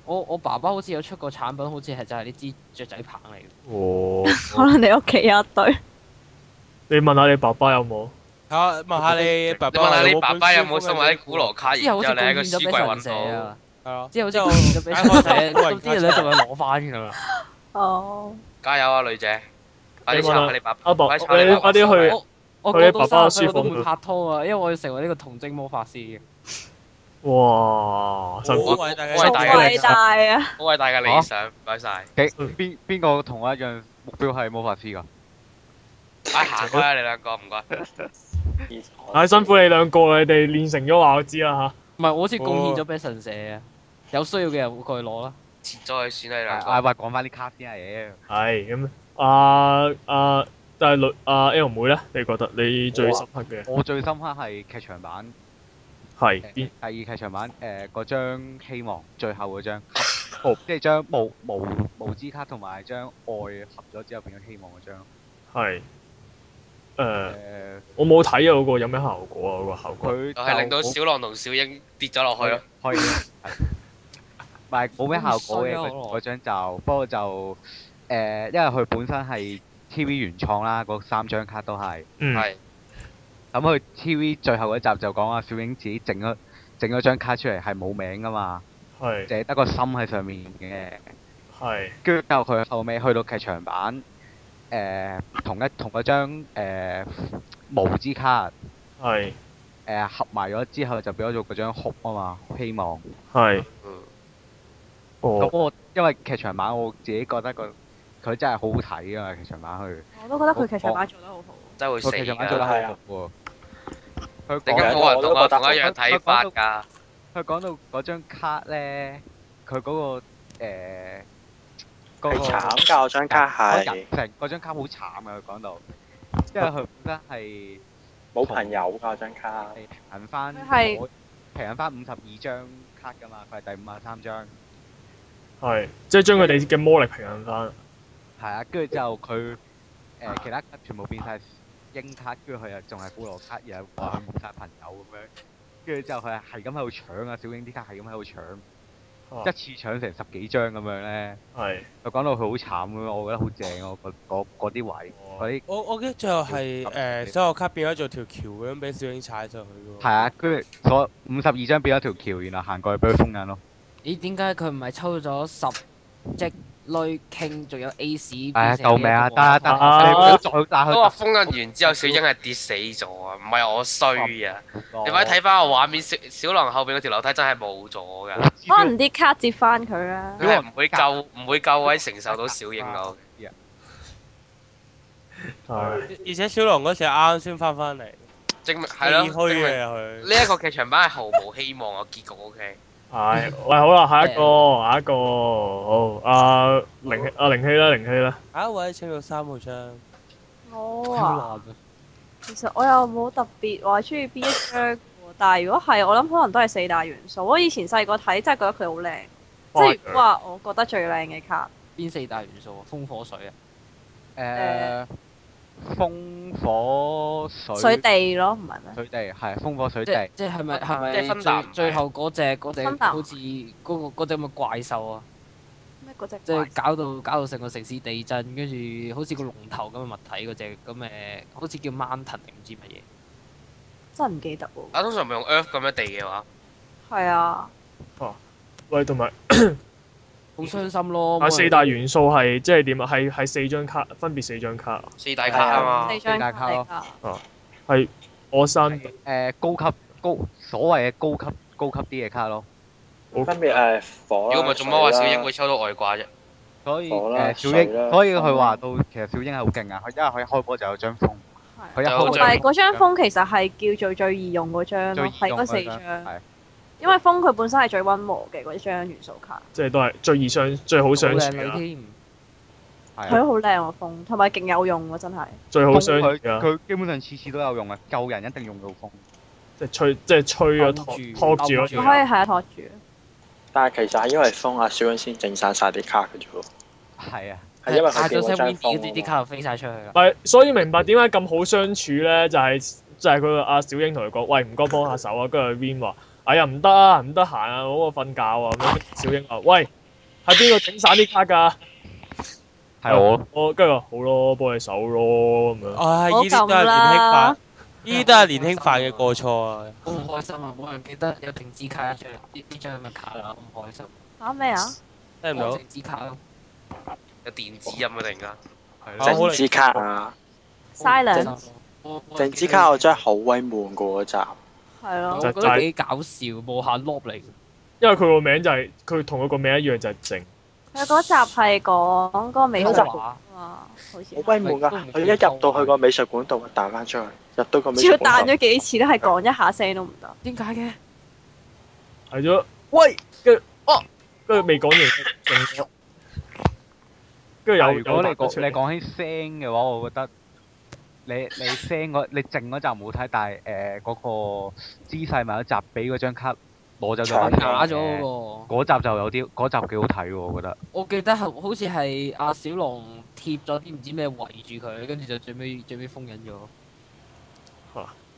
我我爸爸好似有出過產品，好似係就係呢支雀仔棒嚟嘅。哦，可能你屋企有一堆，你問下你爸爸有冇？嚇啊問下你爸爸你問下你有冇爸本爸有書冇封收你埋本啲古羅卡，然之之後後好哎你似喺個書貢獻咗俾櫃神揾社到。啊，係咯，之後好似之後哎貢獻咗俾神 社， 咁啲嘢咧就會攞翻㗎啦。哦，加油啊，女姐！快啲你問查下下你爸爸。阿爸，快你啲查你爸爸快啲去我。我佢爸過到爸三嘅十書歲我都房會度拍拖啊，因為我要成為呢個童貞魔法師嘅。哇！辛好苦。偉大我係好大嘅嘅偉大啊！好偉大嘅理想，唔該晒。幾邊邊個同我一樣目標係魔法師㗎？唉，啊行開啦，你兩個唔該。唉，辛苦你兩個，你哋練成咗話我知啦唔係，我好似貢獻咗俾神社啊。有需要嘅人會過去攞啦。切咗佢先啦，你兩係個。喂，啊講翻啲卡先啊，嘢。吓。係咁，阿阿但係女阿 L 妹咧，你覺得你最深刻嘅我啊最深刻係劇場版，係邊誒第二劇場版誒嗰張希望最後嗰 張，哦好即係將無無無知卡同埋將愛合咗之後變咗希望嗰張。係？誒。嗯誒，我冇睇啊，嗰個有咩效果啊？嗰個效果佢就係令到就小狼同小英跌咗落去咯。可以，係啊唔係冇咩效 果嘅咁衰啊嗰我嗰張就，不過就誒，因為佢本身係 TV 原創啦，嗰三張卡都係。嗯係咁佢 TV 最後嗰集就講啊，小英自己整咗整咗張卡出嚟係冇名噶嘛，嗯係淨係得個心喺上面嘅。係跟住之後佢後尾去到劇場版，誒、同一同嗰張誒無知卡誒、呃係合埋咗之後就變咗做嗰張哭啊嘛，希望。係嗯咁哦我因為劇場版我自己覺得個佢真係好好睇啊！劇場版佢我都覺得佢劇場版做得好好。真係會死個劇場版㗎。做得好好喎。佢突然間講冇人啊同我同一樣睇法我都㗎。佢講到嗰張卡咧，佢嗰、個誒係嗰、個慘㗎，我張卡嗰係人成嗰張卡好慘啊！佢講到，因為佢本身係。冇朋友㗎，我張卡。係平衡翻佢係我平衡翻五十二張卡噶嘛，佢係第五十三張。係，即係將佢哋嘅魔力平衡翻。係啊，跟住之後佢誒、其他卡全部變晒英卡，跟住佢又仲係古羅卡，又話佢冇晒朋友咁樣。跟住之後佢係係咁喺度搶啊，小英啲卡係咁喺度搶，啊一次搶成十幾張咁樣咧。係就講到佢好慘咁樣，我覺得好正咯，嗰嗰嗰啲位哦嗰啲我我記得最後係誒所有卡變咗做條橋咁俾小英踩上去嘅喎。係啊，跟住所五十二張變咗條橋，然後行過去俾佢封印咯。咦？點解佢唔係抽咗十隻類傾，仲有 A 市。唉，救命啊！得啊得啊啊，你唔好再打都話佢封印完之後，小英係跌死咗啊！唔係我衰啊！咁你快啲睇翻個畫面，小小狼後邊嗰條樓梯真係冇咗㗎，可能啲卡接翻佢啊啦。佢係唔會夠唔會夠位承受到小英咯。係而且小龍嗰時係啱啱先翻翻嚟，證明係咯，幾證虛明嘅佢。呢一個劇場版係毫無希望啊嘅結局。O K，係喂，好啦，下一個，下一個，好，阿靈阿靈希啦，靈希啦，下一位啊請到三號張，我好啊，難啊其實我又冇特別話中意邊一張喎，但係如果係我諗，可能都係四大元素。我以前細個睇真係覺得佢好靚，即係如果話我覺得最靚嘅卡，邊四大元素啊？風火水啊？誒呃風火水水地咯，唔係咩？水地係風火水即地，即係咪係啊即係咪芬達唔最係最後嗰只嗰只芬達好似嗰個嗰只咁嘅怪獸啊？咩嗰只即怪？係搞到搞到成個城市地震，跟住好似個龍頭咁嘅物體嗰只咁誒，好似叫 mountain 定唔知乜嘢？真係唔記得喎。啊通常咪用 Earth 咁樣地嘅話，係啊，喂，同埋好傷心咯！啊冇人四大元素係即係點啊？係係四張卡，分別四張卡，四大卡啊嘛四，張四大卡卡咯嚟㗎。係我三誒呃高級高所謂嘅高級高級啲嘅卡咯。分別誒如火啦果唔係做乜話小英水啦啊會抽到外掛啫？所以火啦誒小水英，啦所以佢話到其實小英係好勁啊！佢因為佢一開波就有張風，佢一就開同波埋有嗰張風其實係叫做最易用嗰張咯，最係易用嗰四嗰張張。係因為風佢本身係最温和嘅嗰張元素卡，即係都係最易相最好好相處啊靚啊啊啦，女添。係佢啊都好靚喎風，同埋勁有用喎真係。最好相啊風處佢㗎，佢基本上次次都有用啊！救人一定用到風。即係吹即係吹咗勾托住托住勾嗰住我條可以係托住，但係其實係因為封阿小英先整散晒啲卡嘅啫喎，係啊，係因為嗌佢咗變咗聲張封 Windy 嗰啊嘛啲啲卡就飛晒出去啦唔。係，所以明白點解咁好相處咧，就係、就係佢阿小英同佢講，喂唔該幫下手啊，跟住 Vin 話，哎呀唔得啊，唔得閒啊，我瞓覺啊咁樣。小英話，喂，喺邊度整散啲卡㗎？係啊我我跟住話好咯，幫你手咯咁啊樣。唉，呢好啲都係咁年輕啦化，呢啲都係年輕化嘅過錯啊！好唔開心啊！冇人記得有定支卡一張，呢呢張咁嘅卡啦，好唔開心。嚇咩啊？聽唔到定支卡咯，有電子音啊！突哦然間，啊係好咯整支卡啊！ Silence 整支卡我真係係，好鬼悶噶嗰集，係我咯，覺得幾搞笑，無限 lob 嚟。因為佢個名就係佢同佢個名一樣就係靜。佢嗰集係講嗰個美術館畫，啊嘛，好似好鬼悶噶！佢一入到去個美術館度彈翻出去，入到個美只要術彈館度咗幾次都係講一下聲都唔得。點解嘅？係咗，喂，跟住哦，跟住未講完靜咗，跟住但又係如果你又彈咗講出你嚟講起聲嘅話，我覺得你你聲嗰你靜嗰集冇睇，但係誒嗰個姿勢咪有一集俾嗰張卡攞走搶咗打咗嗰個，嗰集就有啲，嗰集幾好睇喎，我覺得。我記得係好似係阿小龍貼咗啲唔知咩圍住佢，跟住就最尾最尾封印咗。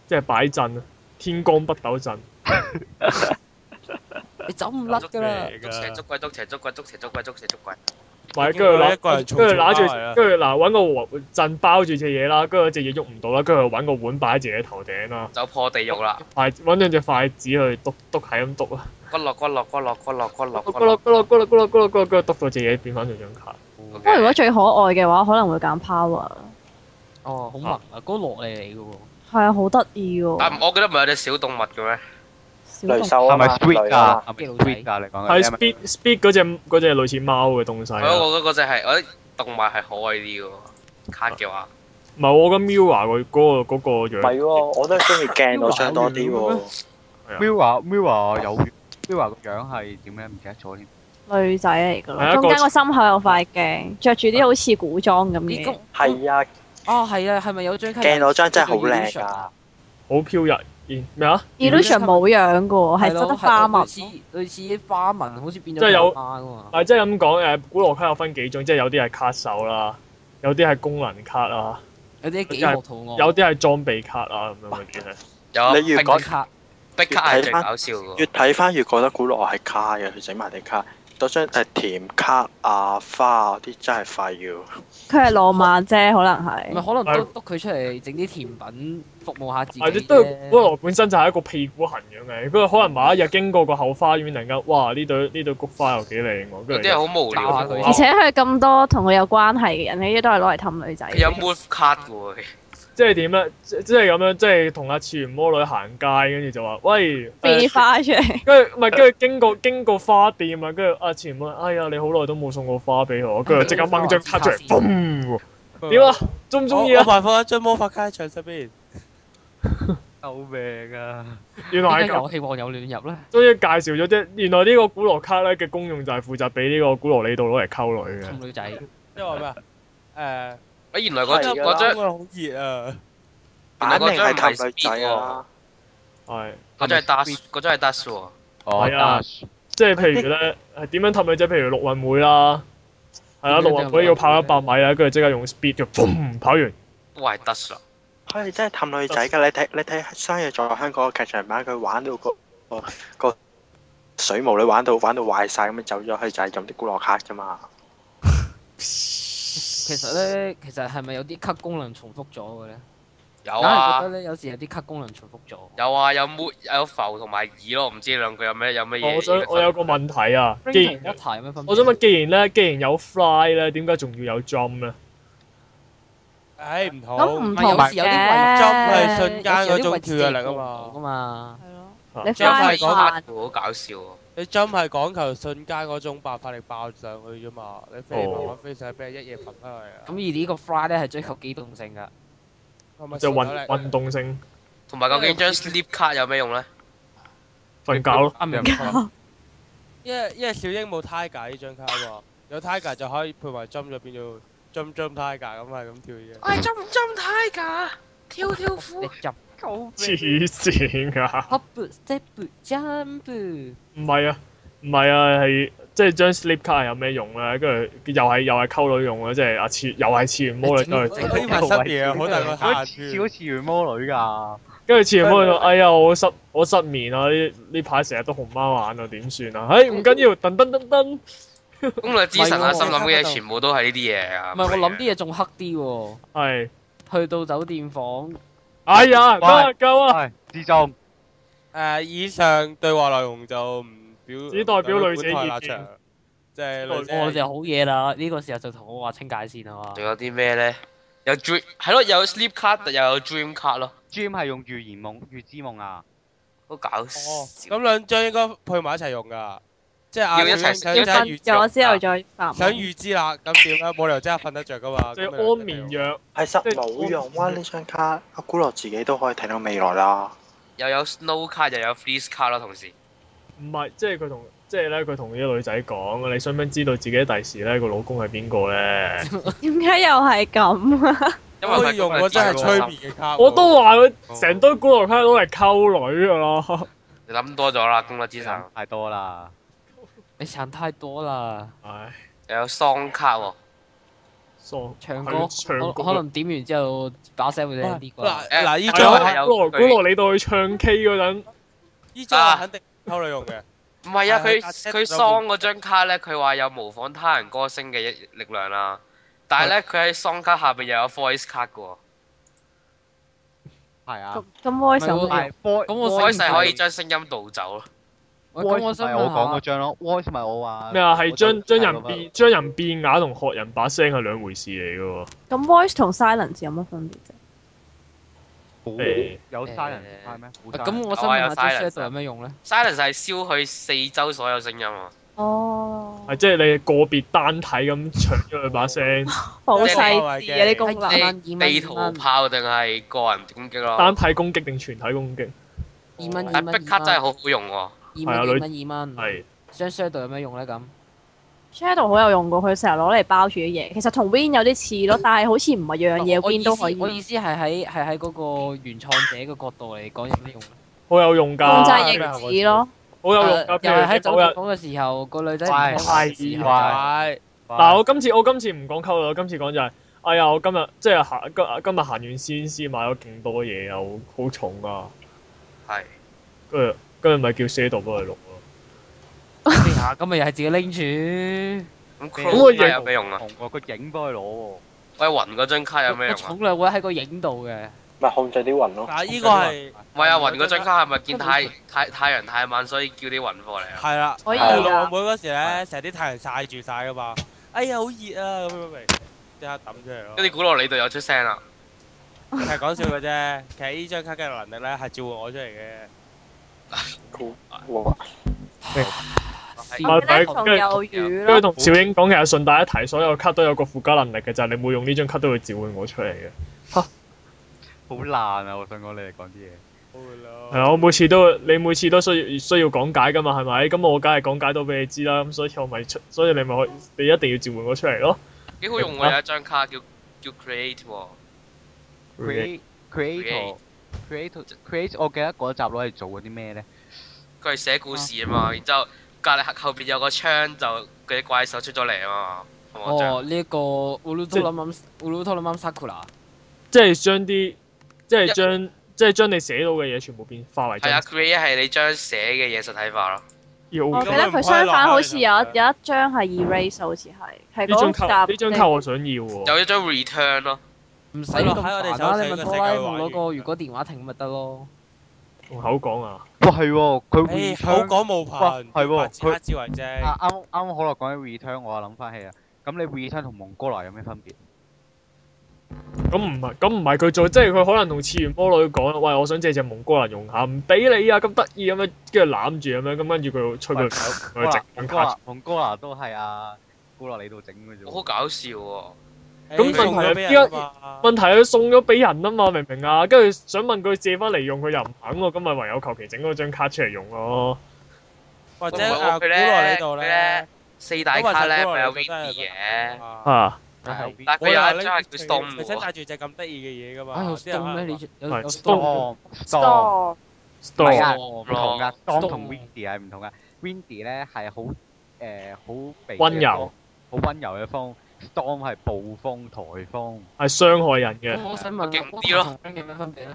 即係擺陣啊，天光北斗陣。你走唔甩㗎啦！捉啊蛇捉鬼捉蛇捉鬼捉蛇捉鬼捉蛇捉鬼，唔係，跟啊住一個攞，跟住人嘈拿住嘈交嚟啦，跟住嗱揾個陣包住隻嘢啦，跟住隻嘢喐唔到啦，跟住揾個碗擺喺自己頭頂啦，走破地獄啦！筷揾兩隻筷子去篤篤係咁篤啦，骨落骨落骨落骨落骨落咕碌咕碌咕碌咕碌咕碌咕碌，跟住篤到隻嘢變翻做張卡。 OK 不過如果最可愛嘅話，可能會揀 Power。哦，好萌啊！嗰個羅莉嚟㗎喎。係啊，好得意啊！喎。我記得唔係有隻小動物嘅咩？小雷動獸啊係咪嘛， Sweet 雷啊啊？係咪雷啊 Sweet 啊？你講係緊 speed speed 嗰只嗰只類似貓嘅東西係啊咯，我覺得嗰只係我覺得動物係可愛啲嘅喎，卡啊嘅話。唔係我覺得 Mira 個嗰個嗰個唔係樣，喎，我都係中意鏡嗰張多啲喎。 Mira Mira 有 Mira 個樣係點咧？唔記得咗添。女仔嚟噶係啊咯，中間個心口有塊鏡，着住啲好似古裝咁咦嘅咁嘢。係啊，哦，係啊，係咪有張卡？鏡嗰張真係好靚㗎。好飄逸。咦咩啊？ Illusion 冇樣噶喎，係係得咯，得花紋類。似類似啲花紋，好似變咗即係有朵花啊㗎嘛。但係即係咁講誒，古羅卡有分幾種，即係有啲係卡手啦，有啲係功能卡啊，有啲幾何圖案。有啲係裝備卡啊咁樣嗰啲咧。有你如逼果卡。逼卡係最搞笑嘅越喎。睇翻越覺得古樂係卡嘅，佢整埋啲卡。嗰張誒甜卡啊花嗰啲真係快要，佢係浪漫啫，可能唔哦係係。可能都督佢出嚟整啲甜品服務下自己係即都啫菠蘿本身就係一個屁股痕樣嘅，佢可能某一日經過個後花園，突然間哇呢朵呢朵菊花又幾靚喎，嗰跟啲係住好無聊搞下佢而嘅且佢咁多同佢有關係嘅人，呢啲都係攞嚟氹女仔。喎，有 move card 嘅喎，即係點咧？即即係咁樣，即係同阿次元魔女行街，跟住就話喂，變誒花出嚟？跟住唔係跟住經過經過花店啊，跟住阿次元魔女，哎呀你好耐都冇送過花俾我，跟住即刻掹張卡出嚟，哦嘣！點啊？中唔中意我啊我？埋放一張魔法卡喺牆上邊，救命啊！原來係哦咁。點解遊戲王有亂入咧？終於介紹咗啫，原來呢個古羅卡咧嘅功用就係負責俾呢個古羅里度攞嚟溝女嘅。氹女仔，即係話咩啊？誒，啊原來嗰張係㗎嗰張啦因為好熱啊！原來擺嗰明張係唔係氹女仔啊！係，嗰張係 dash，嗰張係 dash 喎，哦，係啊即係譬如咧，係點樣氹女仔？譬如陸運會啦，係啦，點樣陸運會要跑一百米啊啦，跟住即刻用 speed 就砰跑完。都係啊 dash 啦。佢哋真係氹女仔㗎，你睇你睇《生日在香港》嘅劇場版，佢玩到個個個水母女玩到玩到壞晒咁樣走咗去，就係咁啲古樂卡啫嘛。其實咧，其實係咪有啲級功能重複咗嘅咧？有硬係覺得啊，咧，有時有啲級功能重複咗。有啊，有 move 有浮同埋耳咯，唔知兩句有咩有咩嘢。哦我想我有個問題啊，既 Ring 同然 w a 咩分別？我想問，既然咧，既然有 fly 咧，點解仲要有 jump 咧？唉，唔好。咁唔唔同係有時有啲位係嘅，瞬間嗰種跳躍力啊嘛，嘛噶。嘛，係咯啊你 jump 花係唔慢嗰個好搞笑喎，你 jump 係講求瞬間嗰種爆發力爆上去啫嘛，你飛慢慢飛上去，俾人一夜噴翻去啊！咁而呢個 fly 咧係追求機動性噶，咁咪就手運力運動性同埋究竟張 sleep card 有咩用咧？瞓覺咯。啊明因為因為小英冇 Tiger 呢張卡喎，有 Tiger 就可以配埋 jump 就變做 jump jump Tiger 咁係咁跳我嘢。係 jump jump tiger，跳跳你虎，入救黐線㗎！ hop step jump，唔係啊，唔係啊，係即係張 sleep 卡係有咩用咧？跟住又係又係溝女用啊，即係阿次又係次元魔女都係。我呢排失嘢啊，好大個下似 好注。似元魔女 㗎，跟住前嗰度，哎呀，我失我失眠啊！呢呢排成日都熊貓眼啊，點算啊？唉，唔緊要，噔噔噔噔，攻略之神啊，唔係喎心諗嘅嘢全部都係呢啲嘢啊。唔係我諗啲嘢仲黑啲喎。係，去到酒店房，哎呀，得啊夠啊！係自重誒，以上對話內容就唔表，只代表女仔意見立場，即係女仔我就好嘢啦。呢個時候就同我話清界線啊嘛仲。有啲咩咧？有 dream 係咯，有 sleep card 又有 dream card 咯， ，Jim 係用預言夢、預知夢啊，好搞哦，笑。咁兩張應該配埋一齊用㗎，即係阿要一齊小英想食要真係瞓咗之後再發想 夢。預知啦，咁點咧？冇理由真係瞓得着噶嘛。即係咁咪安眠藥，係實冇用啊！呢張卡阿古樂自己都可以睇到未來啦。又有 snow card 又有 freeze card 咯，同時。唔係即係佢同即係咧，佢同啲女仔講，你想唔想知道自己第時咧個老公係邊個咧？ 點解又係咁啊？因因為佢為用嗰真係催眠嘅卡喎。我都話佢成堆古羅卡攞嚟溝女噶咯，你諗多咗啦，攻略啊之神。太多啦。你唱太多啦，唉，又有喪卡喎，傻唱歌佢唱可歌可能點完之後把聲會靚啲嗱啩。嗱，依係仲張係啊有古羅古羅你到去唱 K 嗰陣，依張係肯定溝女用嘅。唔係啊，係佢佢架車佢喪嗰張卡咧，佢話有模仿他人歌聲嘅一力量啦。但係咧，佢喺喪卡下邊又有 voice 卡嘅喎係啊咁，咁開唔心係喎係 voice 咁我，voice 醒係可以將聲音盜走咯。喂，咁我 voice 想咪我講嗰問下，張咯，voice 咪我話咩啊？係將將人變變將人變啞同學人把聲係兩回事嚟噶喎。咁 voice 同 silence 有乜分別啫？誒有沙人派咩？冇喂嘥咁人我我想問下話有 J 晒 s h 有咩用咧？ silence 係消去四周所有聲音啊，哦，係即係你個別單體咁搶咗佢把聲，好細緻啊啲功係能。蚊地二蚊地圖炮定係個人攻擊單咯。體攻擊定全體攻擊？二蚊二但蚊係 b 卡真係二好好用喎，蚊係啊二女蚊二蚊二蚊。係張 s h 有咩用咧？咁 Shadow 好有用過，佢成日攞嚟包住啲嘢。其實同 Win 有啲似咯，但係好似唔係樣樣嘢我意 Win 都可以思我意思係喺係喺嗰個原創者嘅角度嚟講有咩用呢？啊好有用控制㗎，逆子咯。好有用㗎。又係喺譬啊如你酒店某日房嘅時候，個女仔唔喂聽話嘅時候喂係嗱，我今次我今次唔講溝女，我今次講就係，哎呀，我今日即係行今今日行完 C N C 買咗勁多嘢啊，好好重啊，係跟住跟住咪叫 Shadow 幫佢錄咯。就啊，咁咪又係自己拎住。咁咁 Chrome 個卡嘢有咩用啊？同我個影幫佢攞喂，雲嗰張卡有咩個用啊？重量會喺個影度嘅。咪控制啲雲咯。嗱，依個係喂，阿雲嗰張卡係咪見太太太陽太猛，所以叫啲雲過嚟啊？係啦，可以係我老㗎妹嗰時咧，成日啲太陽曬住晒噶嘛，哎呀好熱啊咁樣咪即刻抌出嚟咯。跟住古羅里度有出聲啦，係講笑嘅啫，其實呢張卡嘅能力咧係召喚我出嚟嘅。哇我記得同跟仲住有魚跟住咯，同小英講，其實順帶一提，所有卡都有個附加能力嘅，就係、你每用呢張卡都會召喚我出嚟嘅。好爛啊！我想講你哋講啲嘢。好啦係啊，我每次都你每次都需要需要講解噶嘛，係咪？咁我梗係講解到俾你知啦。咁所以我咪出，所以你咪可以，你一定要召喚我出嚟咯。幾好用喎！有一張卡叫叫 Create 喎， Create creator creator create，我記得嗰集攞嚟做嗰啲咩咧？佢係寫故事啊哦嘛，然之後隔離後邊有個窗就嗰啲怪獸出咗嚟啊嘛，係咪哦，張？呢一個 Ulutolamam Ulutolamam Sakura。即係將啲，即係將，即係將你寫到嘅嘢全部變化為真係啊。，Create 係你將寫嘅嘢實體化咯。要我記呢得佢相啊反好似有一有一張係 erase，好似係係張卡，嗰集呢張卡我想要喎。有一張 return 咯，唔使係咁咯喺我哋煩手啦，上你嘅咪世哆界啦 A 玩夢攞個完如果電話亭咪得咯。用口講啊，哇係喎，誒，佢 return 口講無哇憑，係喎白紙黑字為證啊。啱啱可樂講起 return，我又諗翻起啊。咁你 return 同蒙哥拿有咩分別？咁唔係，咁唔係佢做，即係佢可能同次元魔女講，喂，我想借隻蒙哥人用下，唔俾你啊，咁得意咁樣，跟住攬住咁樣，咁跟住佢吹佢手，佢哇整張蒙哥卡。拿蒙哥拿都係啊，古羅里度整嘅啫好喎。搞笑喎！咁送咗俾人啊嘛問題係佢送咗俾人啊嘛，明唔明啊？跟住想問佢借翻嚟用，佢又唔肯喎，咁咪唯有求其整嗰張卡出嚟用咯。或者喂喂啊，我古佢羅呢呢度佢呢咧，四大卡咧因為咪有就 V 係古羅里 D 度真嘅，啊啊，係但係我又佢有拎一張係叫佢 Storm 佢身喎帶住隻咁得意嘅嘢噶啊，嘛有，啲人 Storm 咩？可能話你有係有 Storm。 Storm Storm store 唔係 store 啊，唔同噶，Storm 同 Storm Windy 係唔同噶。Windy 咧係好誒好避溫柔，好温柔嘅風。Storm 係暴風颱風。係傷害人嘅。咁我想問勁啲咯同有咩分別咧？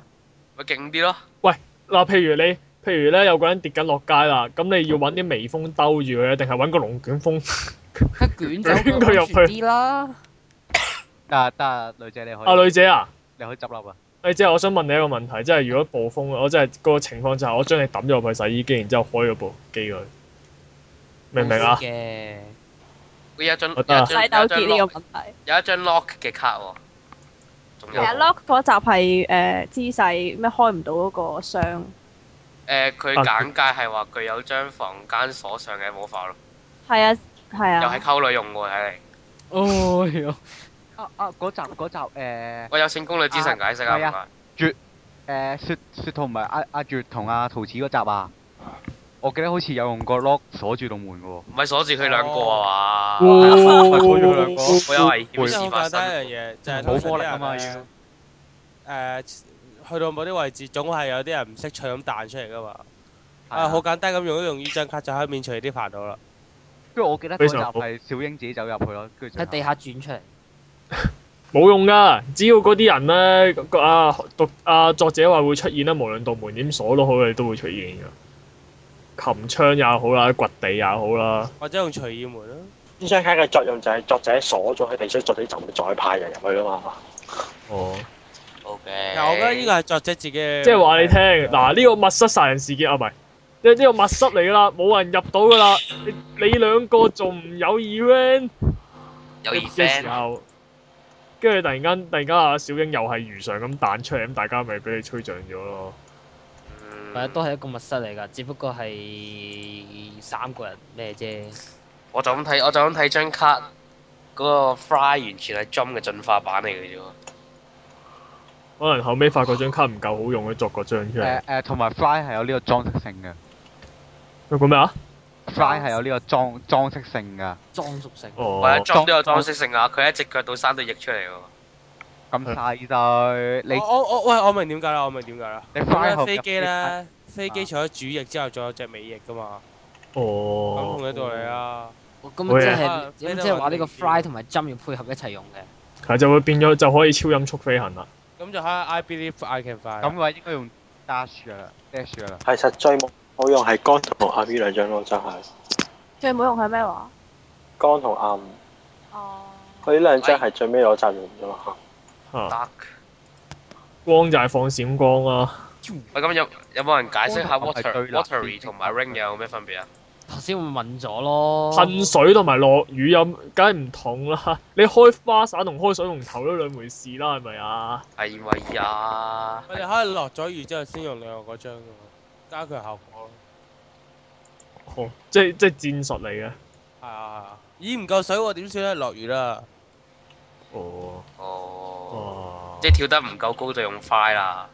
咪勁啲咯。嗱，譬如你，譬如咧有個人跌緊落街啦，咁你要揾啲微風兜住佢，啊定係揾個龍捲風？一卷走捲佢入去安全啲啦。得啊得啊，女仔你可以，啊，女姐啊，你可以執笠啊。女姐，我想問你一個問題，即係如果暴風，我真係個情況就係我將你抌咗入去洗衣機，然之後開咗部機佢，明唔明啊冇？事嘅。佢有一張有我一得啊張洗豆有一張結 lock- 呢個問題。有一張 lock 嘅卡喎，仲其有實 lock 嗰集係呃誒姿勢咩開唔到嗰個箱，誒佢簡介係話佢有張房間鎖上嘅魔法咯，係啊係又係啊，溝女用喎睇嚟。哦喲。啊啊！嗰集嗰集呃誒喂，有聖宮女之神解釋啊，啊係啊唔該。誒呃雪雪同埋阿阿月同阿桃子嗰集啊，我記得好似有用個 lock 鎖住道門嘅喎。唔係鎖住佢兩個啊嘛，哇佢佢兩個好有危險即係好事簡發生。單一樣嘢，就係冇魔力啊嘛通常啲人呢誒，去到某啲位置，總係有啲人唔識趣咁彈出嚟噶嘛。啊，好簡單咁用一用呢張卡就可以免除啲煩惱啦。跟住我記得嗰集係小英自己走入去咯，跟住喺地下轉出嚟。冇用噶，只要嗰啲人咧，個啊讀啊作者話會出現啦，無論道門點鎖都好，佢哋都會出現噶。擒槍也好啦，掘地也好啦，或者用隨意門啦。呢張卡嘅作用就係作者鎖咗佢哋，所以作者就唔會再派人入去啦嘛。哦， O 嗱，我覺得呢 K。個係作者自己嘅。即係話你聽，嗱呢個密室殺人事件啊，唔係，即係呢個密室嚟噶啦，冇人入到噶啦，你你兩個仲唔有 event 有啊二嘅時 friend，候，跟住突然間突然間阿小英又係如常咁彈出嚟，咁大家咪俾你吹脹咗咯。Ừ. 係啊，都係一個密室嚟㗎，只不過係三個人咩啫。我就咁睇，我就咁睇張卡，嗰個 Fry 完全係 Jump 嘅進化版嚟嘅啫喎。可能後尾發覺張卡唔夠好用，佢作個張出嚟誒。誒，同埋 fly 係有呢個裝飾性嘅佢講咩啊？ ，fly 係有呢個裝裝飾性㗎。裝屬性。哦或，者 Jump 裝都有裝飾性啊，佢一隻腳到三對翼出嚟喎。咁細對，你我我我喂，我明點解啦，我明點解啦。你咁 fly 咧後飛機入咧，飛機除咗主翼之後，仲有隻尾翼噶嘛。咁哦同，一道理啊。哦咁會啊即係呢咁度即係話呢個穩定啲 fly 同埋 jump 要配合一齊用嘅。係就會變咗就可以超音速飛行啦。咁就可以 I believe I can fly 啦。咁嘅話應該用 dash 㗎啦，dash 㗎啦。其實最冇用係光同阿 V 兩張咯，真係。最冇用係咩話？光同暗，哦，佢呢兩張係最尾攞集用啫嘛。哦嚇得。啊光就係放閃光啊啦。喂，咁有有冇人解釋下我係 water 對立 watery 同埋 ring 有咩分別啊？頭先會問咗咯。噴水同埋落雨有梗係唔同啦。 你開花灑同開水龍頭都兩回事啦，係咪啊？係咪呀？我哋可以落咗雨之後先用另外嗰張噶嘛，加強效果咯。哦，即係即係戰術嚟嘅。係啊係啊，咦唔夠水喎，點算咧？落雨啦，哦，哦，哦，即係跳得唔夠高就用快啦。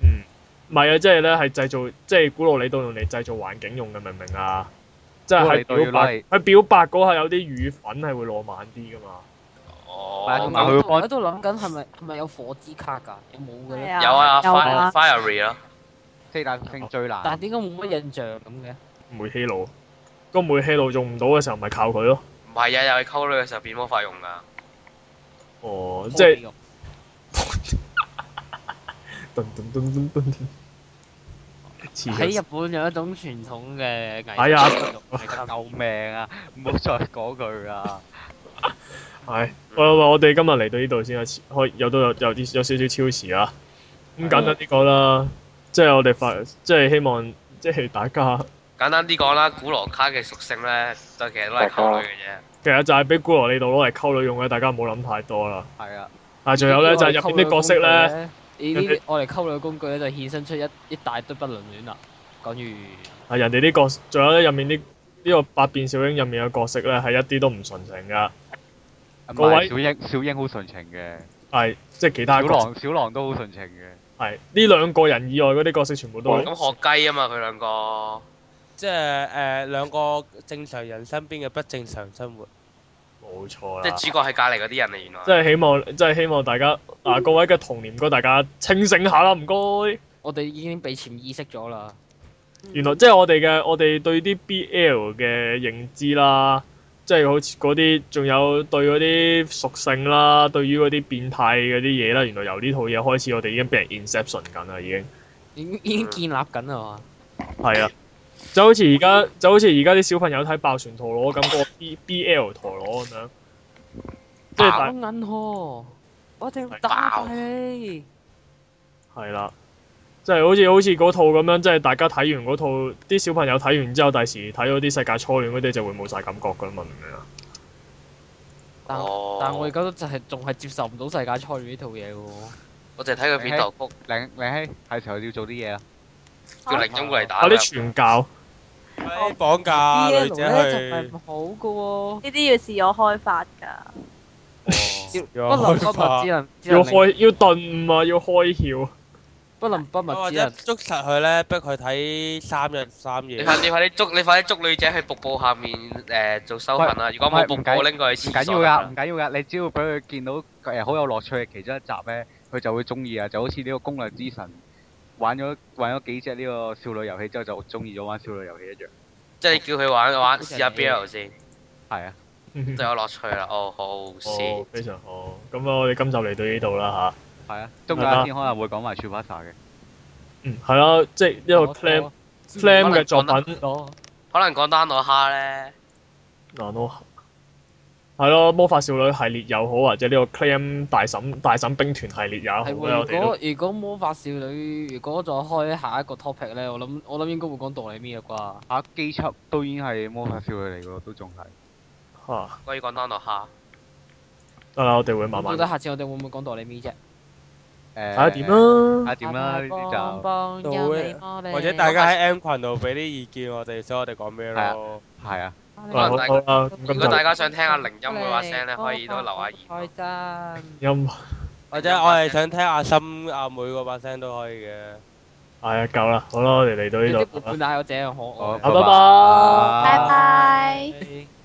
嗯，唔係啊，即係咧係製造，即係古老理道用嚟製造環境用嘅，明唔明啊？即係喺古老理表白喺道要攞嚟表白嗰下有啲雨粉係會浪漫啲噶嘛。哦，係啊我同埋佢會幫喺度諗緊係咪係咪有火之卡㗎？有冇嘅係咧？啊，有啊有啊，fire，fiery 咯，四大屬性最難。但係點解冇乜印象咁嘅？煤氣爐，個煤氣爐用唔到嘅時候咪靠佢咯。唔係啊，又係溝女嘅時候變魔法用啊㗎。哦，即係噔噔噔噔噔噔，黐線喺日本有一種傳統嘅藝術，係啊係救命啊！ 唔好再講佢啦。係，喂喂，我哋今日嚟到呢度先啊，開有都有有啲有少少超時啊。咁簡單啲講啦，即係我哋發，即係希望，即係大家簡單啲講啦，古羅卡嘅屬性咧，就其實都係溝女嘅啫。其實就係俾古羅呢度攞嚟溝女用嘅，大家唔好諗太多啦。係啊，啊，仲有咧就係入邊啲角色咧，呢啲我嚟溝女工具咧，就衍生出一一大堆不倫戀啦。講完，係啊人哋啲角，仲有咧入面啲呢個百變小櫻入面嘅角色咧，係一啲都唔純情噶，唔各位係小英，小英好純情嘅，係即係其他小角色狼小狼都好純情嘅。係呢兩個人以外嗰啲角色全部都咁學雞啊嘛，佢兩個。即係誒兩個正常人身邊嘅不正常生活。冇錯即啦係。主角係隔離嗰啲人嚟，原來即。係希望，即係希望大家啊各位嘅童年歌，大家清醒下啦，唔該。我哋已經被潛意識咗啦。原來即係我哋嘅，我哋對啲 BL 嘅認知啦，即係好似嗰啲，仲有對嗰啲屬性啦，對於嗰啲變態嗰啲嘢啦，原來由呢套嘢開始，我哋已經俾人 inception 緊啦，已經已嗯經已經建立緊啦嘛，係啊。就好似而家，就好似而家啲小朋友睇爆旋陀螺咁，個 B BL 陀螺咁樣，即係好大銀河，我哋係打爆你！係啦，即係好似好似嗰套咁樣，即係大家睇完嗰套，啲小朋友睇完之後，第時睇嗰啲世界初戀嗰啲就會冇晒感覺噶啦嘛，明唔明啊？但哦但我而家都就係仲係接受唔到世界初戀呢套嘢喎。我淨係睇佢片頭曲，靚靚希，係時候要做啲嘢啦。叫零鐘過嚟打啊啦。啲傳教喂綁架女 BL 仔咧去就唔係好嘅喎，呢啲要自我開發㗎。哦不能不物只能只要能令開要頓悟啊，要開竅。不能不物或只者能捉實佢咧，逼佢睇三日三你夜。快你快啲捉你快啲捉女仔去瀑布下面誒做修行啦！如果冇瀑喂唔緊布，拎過去唔廁緊所要得啦㗎，唔緊要㗎。你只要俾佢見到誒好有樂趣嘅其中一集咧，佢就會中意啊！就好似呢個攻略之神玩咗玩咗幾隻呢個少女遊戲之後，就中意咗玩少女遊戲一樣。即係你叫佢玩玩好似係試下你 BL 先，係啊，就 有樂趣啦。哦，好哦先，，非常好。咁啊，我哋今集嚟到呢度啦吓，係啊，中有一天可能會講埋 s u p a s a 嘅。嗯，係啦，即係一個 clam clam 嘅作品。咯，可能講單我蝦咧，難咯，係咯，魔法少女系列又好，或者呢個 clam 大嬸大嬸兵團系列也好係咧，喎。啊我哋如都果如果魔法少女如果再開下一個 topic 咧，我諗我諗應該會講道理咩啩？嚇啊機輯都已經係魔法少女嚟㗎，都仲係。嚇可以講單我蝦。得啦，我哋會慢到慢底睇下次我哋會唔會講道理咩啫？誒睇下點？啦睇。下點啦，呢啲就。幫幫有你幫你或者大家喺 M 群度俾啲意見我哋，想我哋講咩咯？係啊，好幫你啦，好大啦，咁如今果集大家想聽下鈴音嘅話聲咧，可以都留下言。開真音或者我係想聽阿心阿妹嗰把聲都可以嘅。係啊，夠啦，好啦，我哋嚟到啊你啲呢伴度伴。奶有這樣可愛好啊。好拜拜拜拜。拜拜